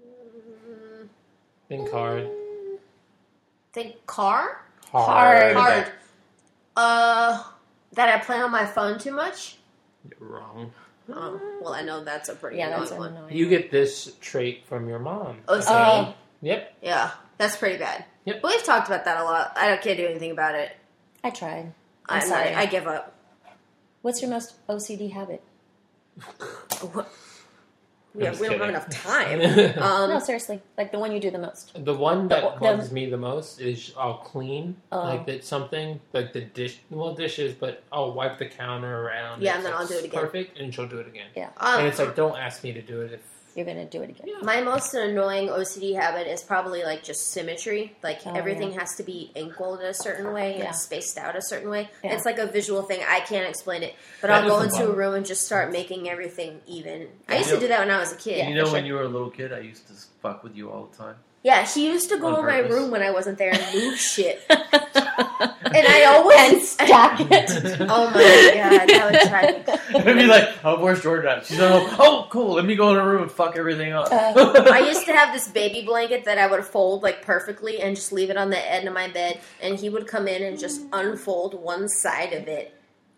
mm, Think hard. think car. Hard. Hard. Uh, that I play on my phone too much. Wrong. Oh, well, I know that's a pretty Yeah, that's annoying one. annoying. You get this trait from your mom. Oh, so- Um, Oh, Yep. Yeah, that's pretty bad. Yep. But we've talked about that a lot. I don't, can't do anything about it. I tried. I'm I'm sorry. I give up. What's your most OCD habit? We, I'm we don't kidding. have enough time. no, Um, seriously. Like the one you do the most. The one The- that the- bugs me the most is I'll clean Uh-huh. Oh. like that something like the dish, well dishes, but I'll wipe the counter around. Yeah, It's, and then like, I'll do it again. Perfect, and she'll do it again. um, and it's like, don't ask me to do it. If You're gonna do it again. my most annoying OCD habit is probably like just symmetry. Like Oh, everything has to be angled a certain way Yeah. and spaced out a certain way. Yeah. It's like a visual thing. I can't explain it, but That I'll go doesn't into a bother room and just start making everything even. I Yeah. used to do that when I was a kid. Yeah, you for know, sure. when you were a little kid, I used to fuck with you all the time. Yeah, he used to go On in my purpose. room when I wasn't there and move shit. and And I always. stack it. oh my god, that would drive me I'd be like, "Oh, where's Jordan at?" She's like, "Oh, cool. Let me go in her room and fuck everything up." Uh, I used to have this baby blanket that I would fold like perfectly and just leave it on the end of my bed, and he would come in and just unfold one side of it.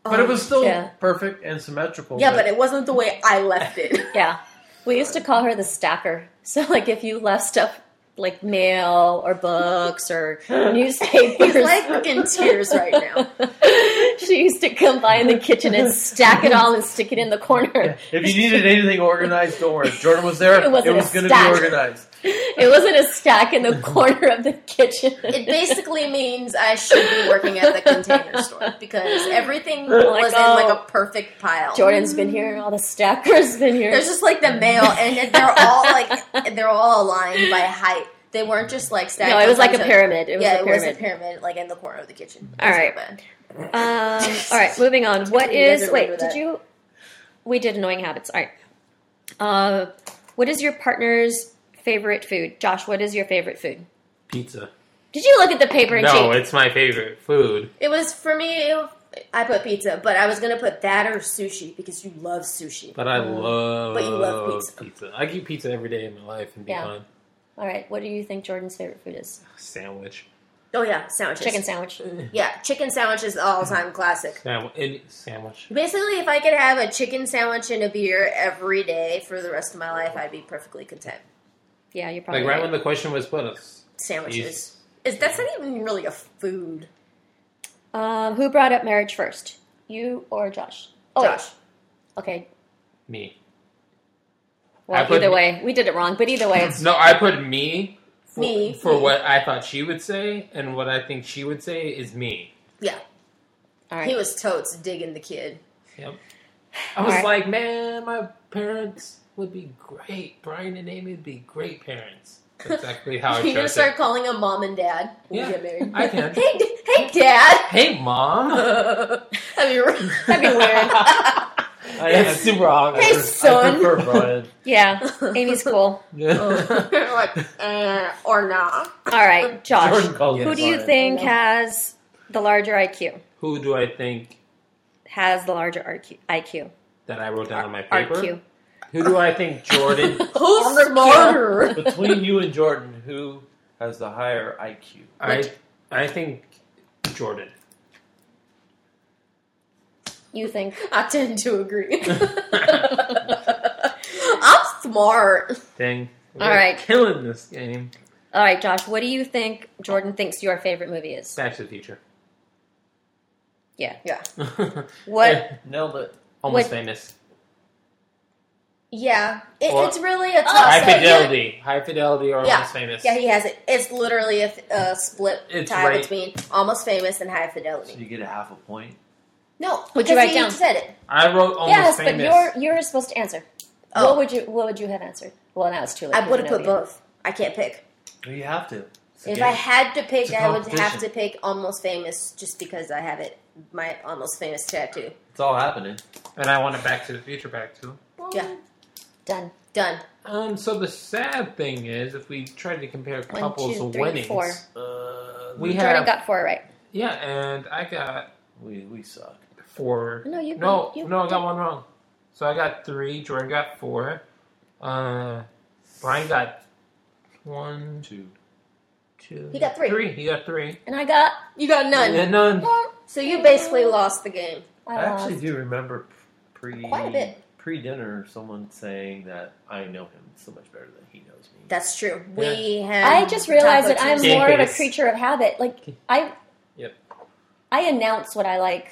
Um, but it was still yeah. perfect and symmetrical. yeah, but it wasn't the way I left it. yeah, we used to call her the stacker. So like, if you left stuff like mail or books or He's newspapers, like fucking tears right now. she used to come by in the kitchen and stack it all and stick it in the corner. if you needed anything organized, don't worry. Jordan was there. It It, wasn't was a going to be stack. organized. It wasn't a stack in the corner of the kitchen. It basically means I should be working at the container store because everything was in like oh. a perfect pile. Jordan's been here. All the stackers been here. There's just like the mail, and they're all like they're all aligned by height. They weren't just like stacked. no, it was up like a onto- pyramid. It was yeah, a it was a pyramid. pyramid, like in the corner of the kitchen. All It's right. not bad. Um, all right, moving on. What He is? doesn't Wait, remember did that. you? We did annoying habits. All right. Uh, what is your partner's favorite food, Josh? What is your favorite food? pizza. Did you look at the paper and No, cheat? it's my favorite food. It was for me. It, I put pizza, but I was gonna put that or sushi because you love sushi. But I love, Mm. But you love pizza. I eat pizza every day in my life and be Yeah. fine. All right, what do you think Jordan's favorite food is? Sandwich. Oh yeah, sandwiches. Chicken sandwich. Yeah, chicken sandwich is the all-time classic. Sandwich. Any sandwich. Basically, if I could have a chicken sandwich and a beer every day for the rest of my life, I'd be perfectly content. Yeah, you're probably Like right right. when the question was put, us. Sandwiches. Is that's not even really a food. um, who brought up marriage first, you or Josh? Oh, Josh. Okay. me. I Well, put- either way, we did it wrong. But either way, it's No, I put me for, Me, for me. what I thought she would say, and what I think she would say is me. Yeah, all right. he was totes digging the kid. Yep. I was Alright. like, man, my parents would be great. Brian and Amy would be great parents. That's exactly how I You're gonna chose start it. calling him mom and dad when Yeah. we get married. I can. hey, d- hey, dad. Hey, mom. That'd be re- That'd be weird. That's super awkward. Hey, son. prefer yeah, Amy's cool. Brian. like eh, or not. All right, Josh. Jordan calls Who it do you Brian. think I know. has the larger IQ? Who do I think Has the larger RQ, IQ? that I wrote down on my paper? RQ. Who do I think Jordan? Who's smarter? Between you and Jordan, who has the higher IQ? I I think Jordan. You think? I tend to agree. I'm smart. Dang. All right. killing this game. All right, Josh. What do you think Jordan thinks your favorite movie is? Back to the Future. Yeah. Yeah. What? Nailed it. Almost What- famous. Yeah. It, Or- it's really a toss Oh, High up. Yeah. fidelity. High fidelity or Yeah. almost famous. Yeah, he has it. It's literally a th- a split It's tie right- between almost famous and high So fidelity. you get a half a point. No, Would you because write he down? said it. I wrote almost yes, famous. but you're you're supposed to answer. Oh. What would you What would you have answered? Well, now it's too late. I You would have know put the- both. I can't pick. No, you have to. It's a If game. I had to It's pick, a I would have to competition. pick almost famous just because I have it my almost famous tattoo. it's all happening. and I want a Back to the Future back too. Yeah. Done. Done. Um. So the sad thing is, if we tried to compare One, couples two, of three, winnings, four. Uh, we Jordan have got four right. yeah, and I got we we suck. four. No, you No, you- no, I got one wrong. So I got three. Jordan got four. Uh, Brian got one, Two. two. He got three. Three. He got three. and I got. You got none. Yeah, none. So you basically lost the game. I I actually lost. do remember pre Quite a bit. pre dinner someone saying that I know him so much better than he knows me. That's true. We have. I just realized that I'm Game more of a face. creature of habit. Like I, Yep. I announce what I like.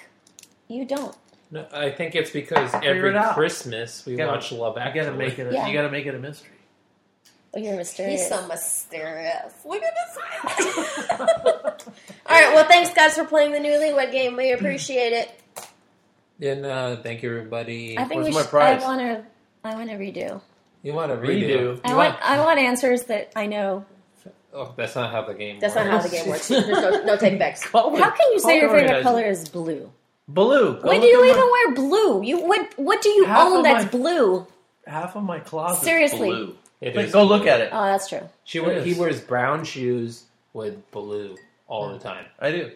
You don't. No, I think it's because Figure every it out. Christmas we You gotta- watch Love I Actually. gotta make it. A, Yeah. You gotta make it a mystery. Oh, you're He's mysterious. so mysterious. Look at this. All right. Well, thanks guys for playing the newlywed game. We appreciate it. Then uh, thank you everybody. I think Where's we my should, prize? I want to. I want to redo. you want to redo? Redo. I You want, want- I want answers that I know. Oh, that's not how the game. That's not works. how the game works. There's no, no take backs. How can you say your favorite organized. color is blue? Blue. Go When do look you at even my- wear blue? You what? What do you Half own of that's my- blue? half of my closet? Seriously. Blue. It Like, is go blue. look at it. Oh, that's true. She It wear, he is. wears brown shoes with blue all the time. I do.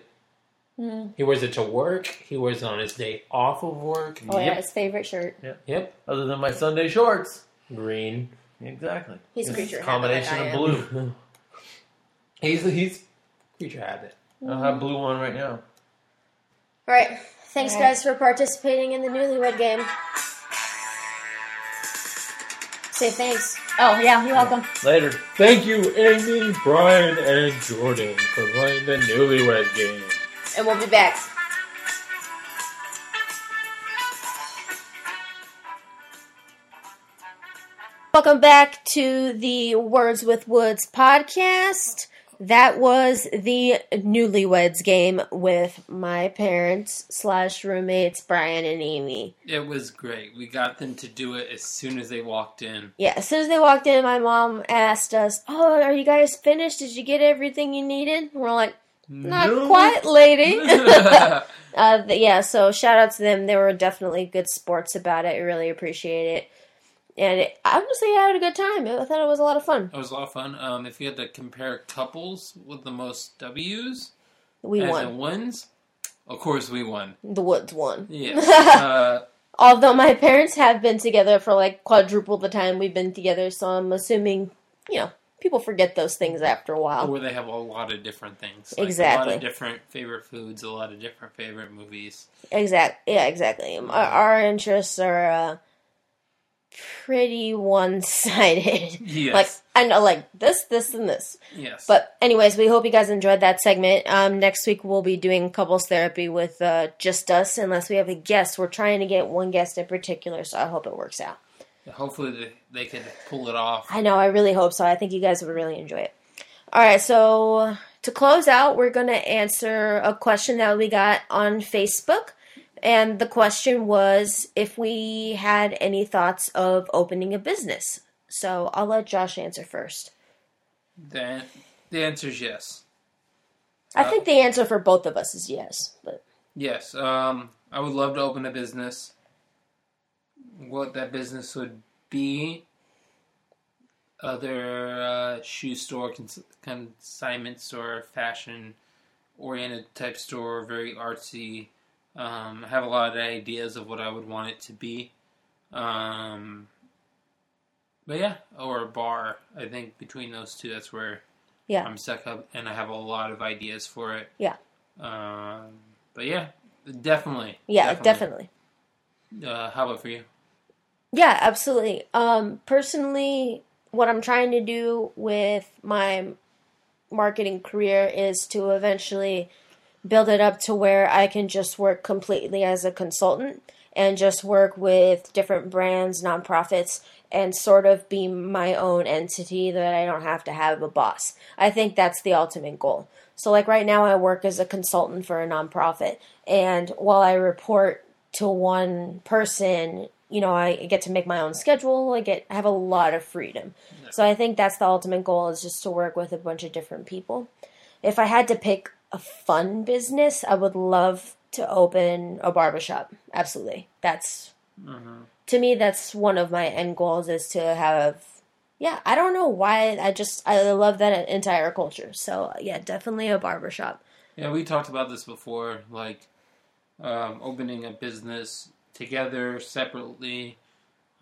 He wears it to work. He wears it on his day off of work. Oh yeah, Yep. his favorite shirt. Yep, Other than my Sunday shorts. green. Exactly. He's a It's creature of habit, combination like I of blue. he's he's creature habit. I have blue on right now. All right. Thanks All right. guys for participating in the newlywed game. Say thanks. Oh yeah, you're welcome. Later. Thank you, Amy, Brian, and Jordan for playing the newlywed game. and we'll be back. Welcome back to the Words with Woods podcast. That was the newlyweds game with my parents slash roommates Brian and Amy. It was great. We got them to do it as soon as they walked in. Yeah, as soon as they walked in, my mom asked us, "Oh, are you guys finished? Did you get everything you needed?" And we're like, "Not quite, lady." Uh, th- yeah, so shout out to them. They were definitely good sports about it. I really appreciate it. And it, I honestly had a good time. I thought it was a lot of fun. That was a lot of fun. Um, if you had to compare couples with the most W's We as won. in wins, of course we won. The Woods won. Yeah. uh, Although my parents have been together for like quadruple the time we've been together, so I'm assuming, you know, people forget those things after a while. where they have a lot of different things. A Exactly. lot of different favorite foods, a lot of different favorite movies. Exact. Yeah, exactly. Um, Our, our interests are uh, pretty one-sided. Yes. Like I know, like this, this, and this. yes. But anyways, we hope you guys enjoyed that segment. Um, next week we'll be doing couples therapy with uh, just us, unless we have a guest. We're trying to get one guest in particular, so I hope it works out. Hopefully they, they could pull it off. I know, I really hope so. I think you guys would really enjoy it. All right, so to close out, we're going to answer a question that we got on Facebook. And the question was if we had any thoughts of opening a business. So I'll let Josh answer first. The, the answer is yes. I think the answer for both of us is yes. But Yes. Um, I would love to open a business. What that business would be other uh, shoe store, cons- consignment store, fashion oriented type store, very artsy. Um, I have a lot of ideas of what I would want it to be. Um, but yeah, or a bar. I think between those two, that's where Yeah. I'm stuck up, and I have a lot of ideas for it. Yeah. Um, but yeah, definitely. yeah, definitely. Uh, how about for you? Yeah, absolutely. Um, personally, what I'm trying to do with my marketing career is to eventually build it up to where I can just work completely as a consultant and just work with different brands, nonprofits, and sort of be my own entity that I don't have to have a boss. I think that's the ultimate goal. So, like right now, I work as a consultant for a nonprofit, and while I report to one person, you know, I get to make my own schedule. I get I have a lot of freedom. So I think that's the ultimate goal is just to work with a bunch of different people. If I had to pick a fun business, I would love to open a barbershop. Absolutely. That's to me that's one of my end goals is to have yeah, I don't know why I just I love that entire culture. So yeah, definitely a barbershop. Yeah, we talked about this before, like um, opening a business together, separately,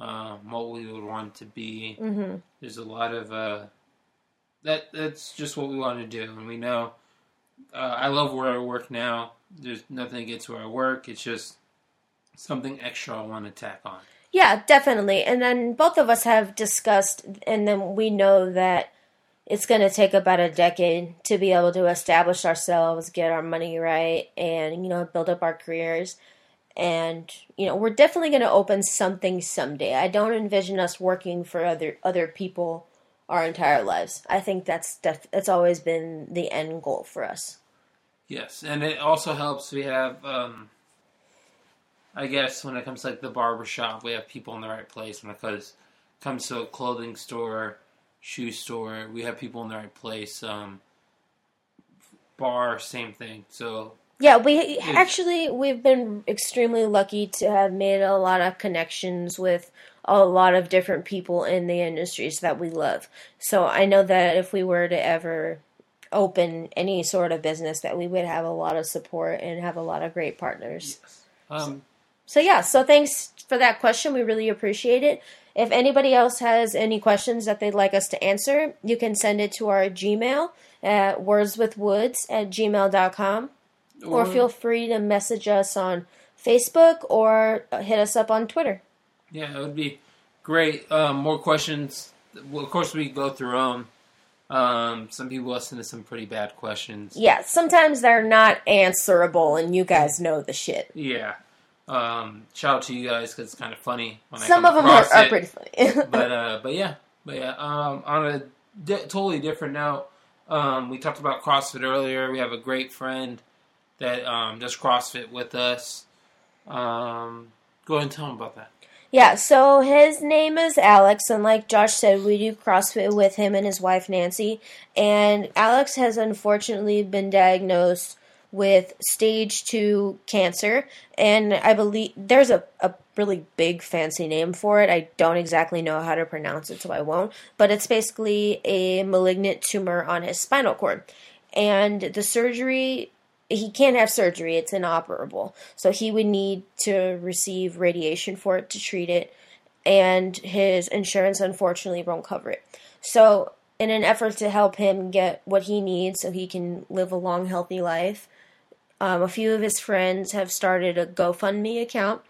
um, what we would want to be. Mhm. There's a lot of uh, that. That's just what we want to do, and we know. Uh, I love where I work now. There's nothing against where I work. It's just something extra I want to tack on. Yeah, definitely. And then both of us have discussed, and then we know that it's going to take about a decade to be able to establish ourselves, get our money right, and, you know, build up our careers. And, you know, we're definitely going to open something someday. I don't envision us working for other other people our entire lives. I think that's def- that's always been the end goal for us. Yes, and it also helps. We have, um, I guess, when it comes to like the barber shop, we have people in the right place. When it comes comes to a clothing store, shoe store, we have people in the right place. Um, bar, same thing. So Yeah, we actually we've been extremely lucky to have made a lot of connections with a lot of different people in the industries that we love. So I know that if we were to ever open any sort of business that we would have a lot of support and have a lot of great partners. um, So yeah, so thanks for that question. We really appreciate it. If anybody else has any questions that they'd like us to answer, you can send it to our Gmail at wordswithwoods at gmail.com or feel free to message us on Facebook or uh, hit us up on Twitter. Yeah, it would be great. Um, more questions. Well, of course, we go through them. Um, some people listen to some pretty bad questions. Yeah, sometimes they're not answerable, and you guys know the shit. Yeah. Um, shout out to you guys because it's kind of funny. When Some I of come them are, across are it. pretty funny. but uh, but yeah, but yeah. Um, on a di- totally different note, um, we talked about CrossFit earlier. We have a great friend that um, does CrossFit with us. Um, go ahead and tell him about that. yeah, so his name is Alex, and like Josh said, we do CrossFit with him and his wife Nancy. And Alex has unfortunately been diagnosed with stage two cancer, and I believe there's a, a really big fancy name for it. I don't exactly know how to pronounce it, so I won't. But it's basically a malignant tumor on his spinal cord, and the surgery he can't have surgery; it's inoperable. So he would need to receive radiation for it to treat it, and his insurance unfortunately won't cover it. So in an effort to help him get what he needs so he can live a long, healthy life. Um, a few of his friends have started a GoFundMe account,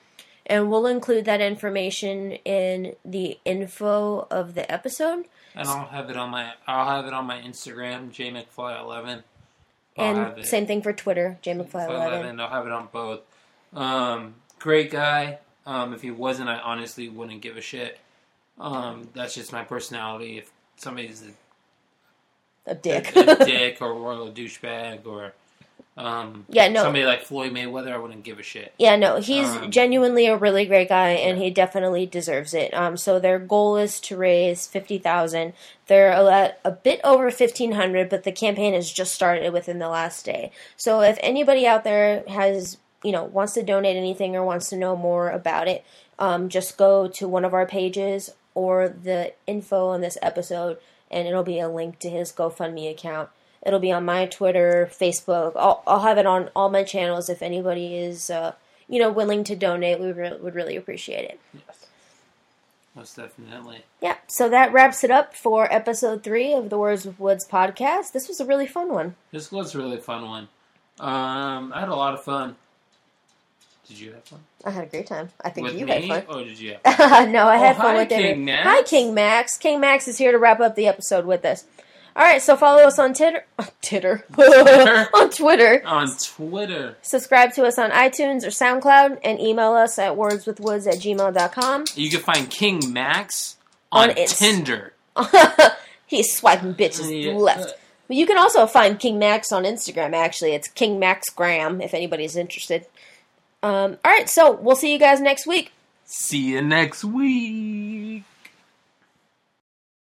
and we'll include that information in the info of the episode. And I'll have it on my I'll have it on my Instagram, J McFly 11 and same thing for Twitter, J McFly eleven. I'll have it on both. Um, great guy. Um, if he wasn't, I honestly wouldn't give a shit. Um, that's just my personality. If somebody's a, A dick. a dick or a royal douchebag or um, yeah, no. somebody like Floyd Mayweather, I wouldn't give a shit. Yeah, no, he's Um, genuinely a really great guy, and he definitely deserves it. Um, so their goal is to raise fifty thousand. They're a, lot, a bit over fifteen hundred, but the campaign has just started within the last day. So if anybody out there has you know wants to donate anything or wants to know more about it, um, just go to one of our pages or the info on this episode, and it'll be a link to his GoFundMe account. It'll be on my Twitter, Facebook. I'll, I'll have it on all my channels if anybody is, uh, you know, willing to donate. We re- would really appreciate it. Most definitely. Yeah, so that wraps it up for episode three of the Words with Woods podcast. This was a really fun one. This was a really fun one. Um, I had a lot of fun. Did you have fun I had a great time. I think with you me, had fun. or did you? Have no, I had Oh, fun hi, with King it. Max. Hi, King Max. King Max is here to wrap up the episode with us. All right, so follow us on Titter, on Titter, on Twitter. on Twitter? Subscribe to us on iTunes or SoundCloud and email us at wordswithwoods at gmail.com. You can find King Max On on, its- Tinder. He's swiping bitches Yeah. left. But you can also find King Max on Instagram, actually. It's King Max Graham, if anybody's interested. Um, all right, so we'll see you guys next week. See you next week.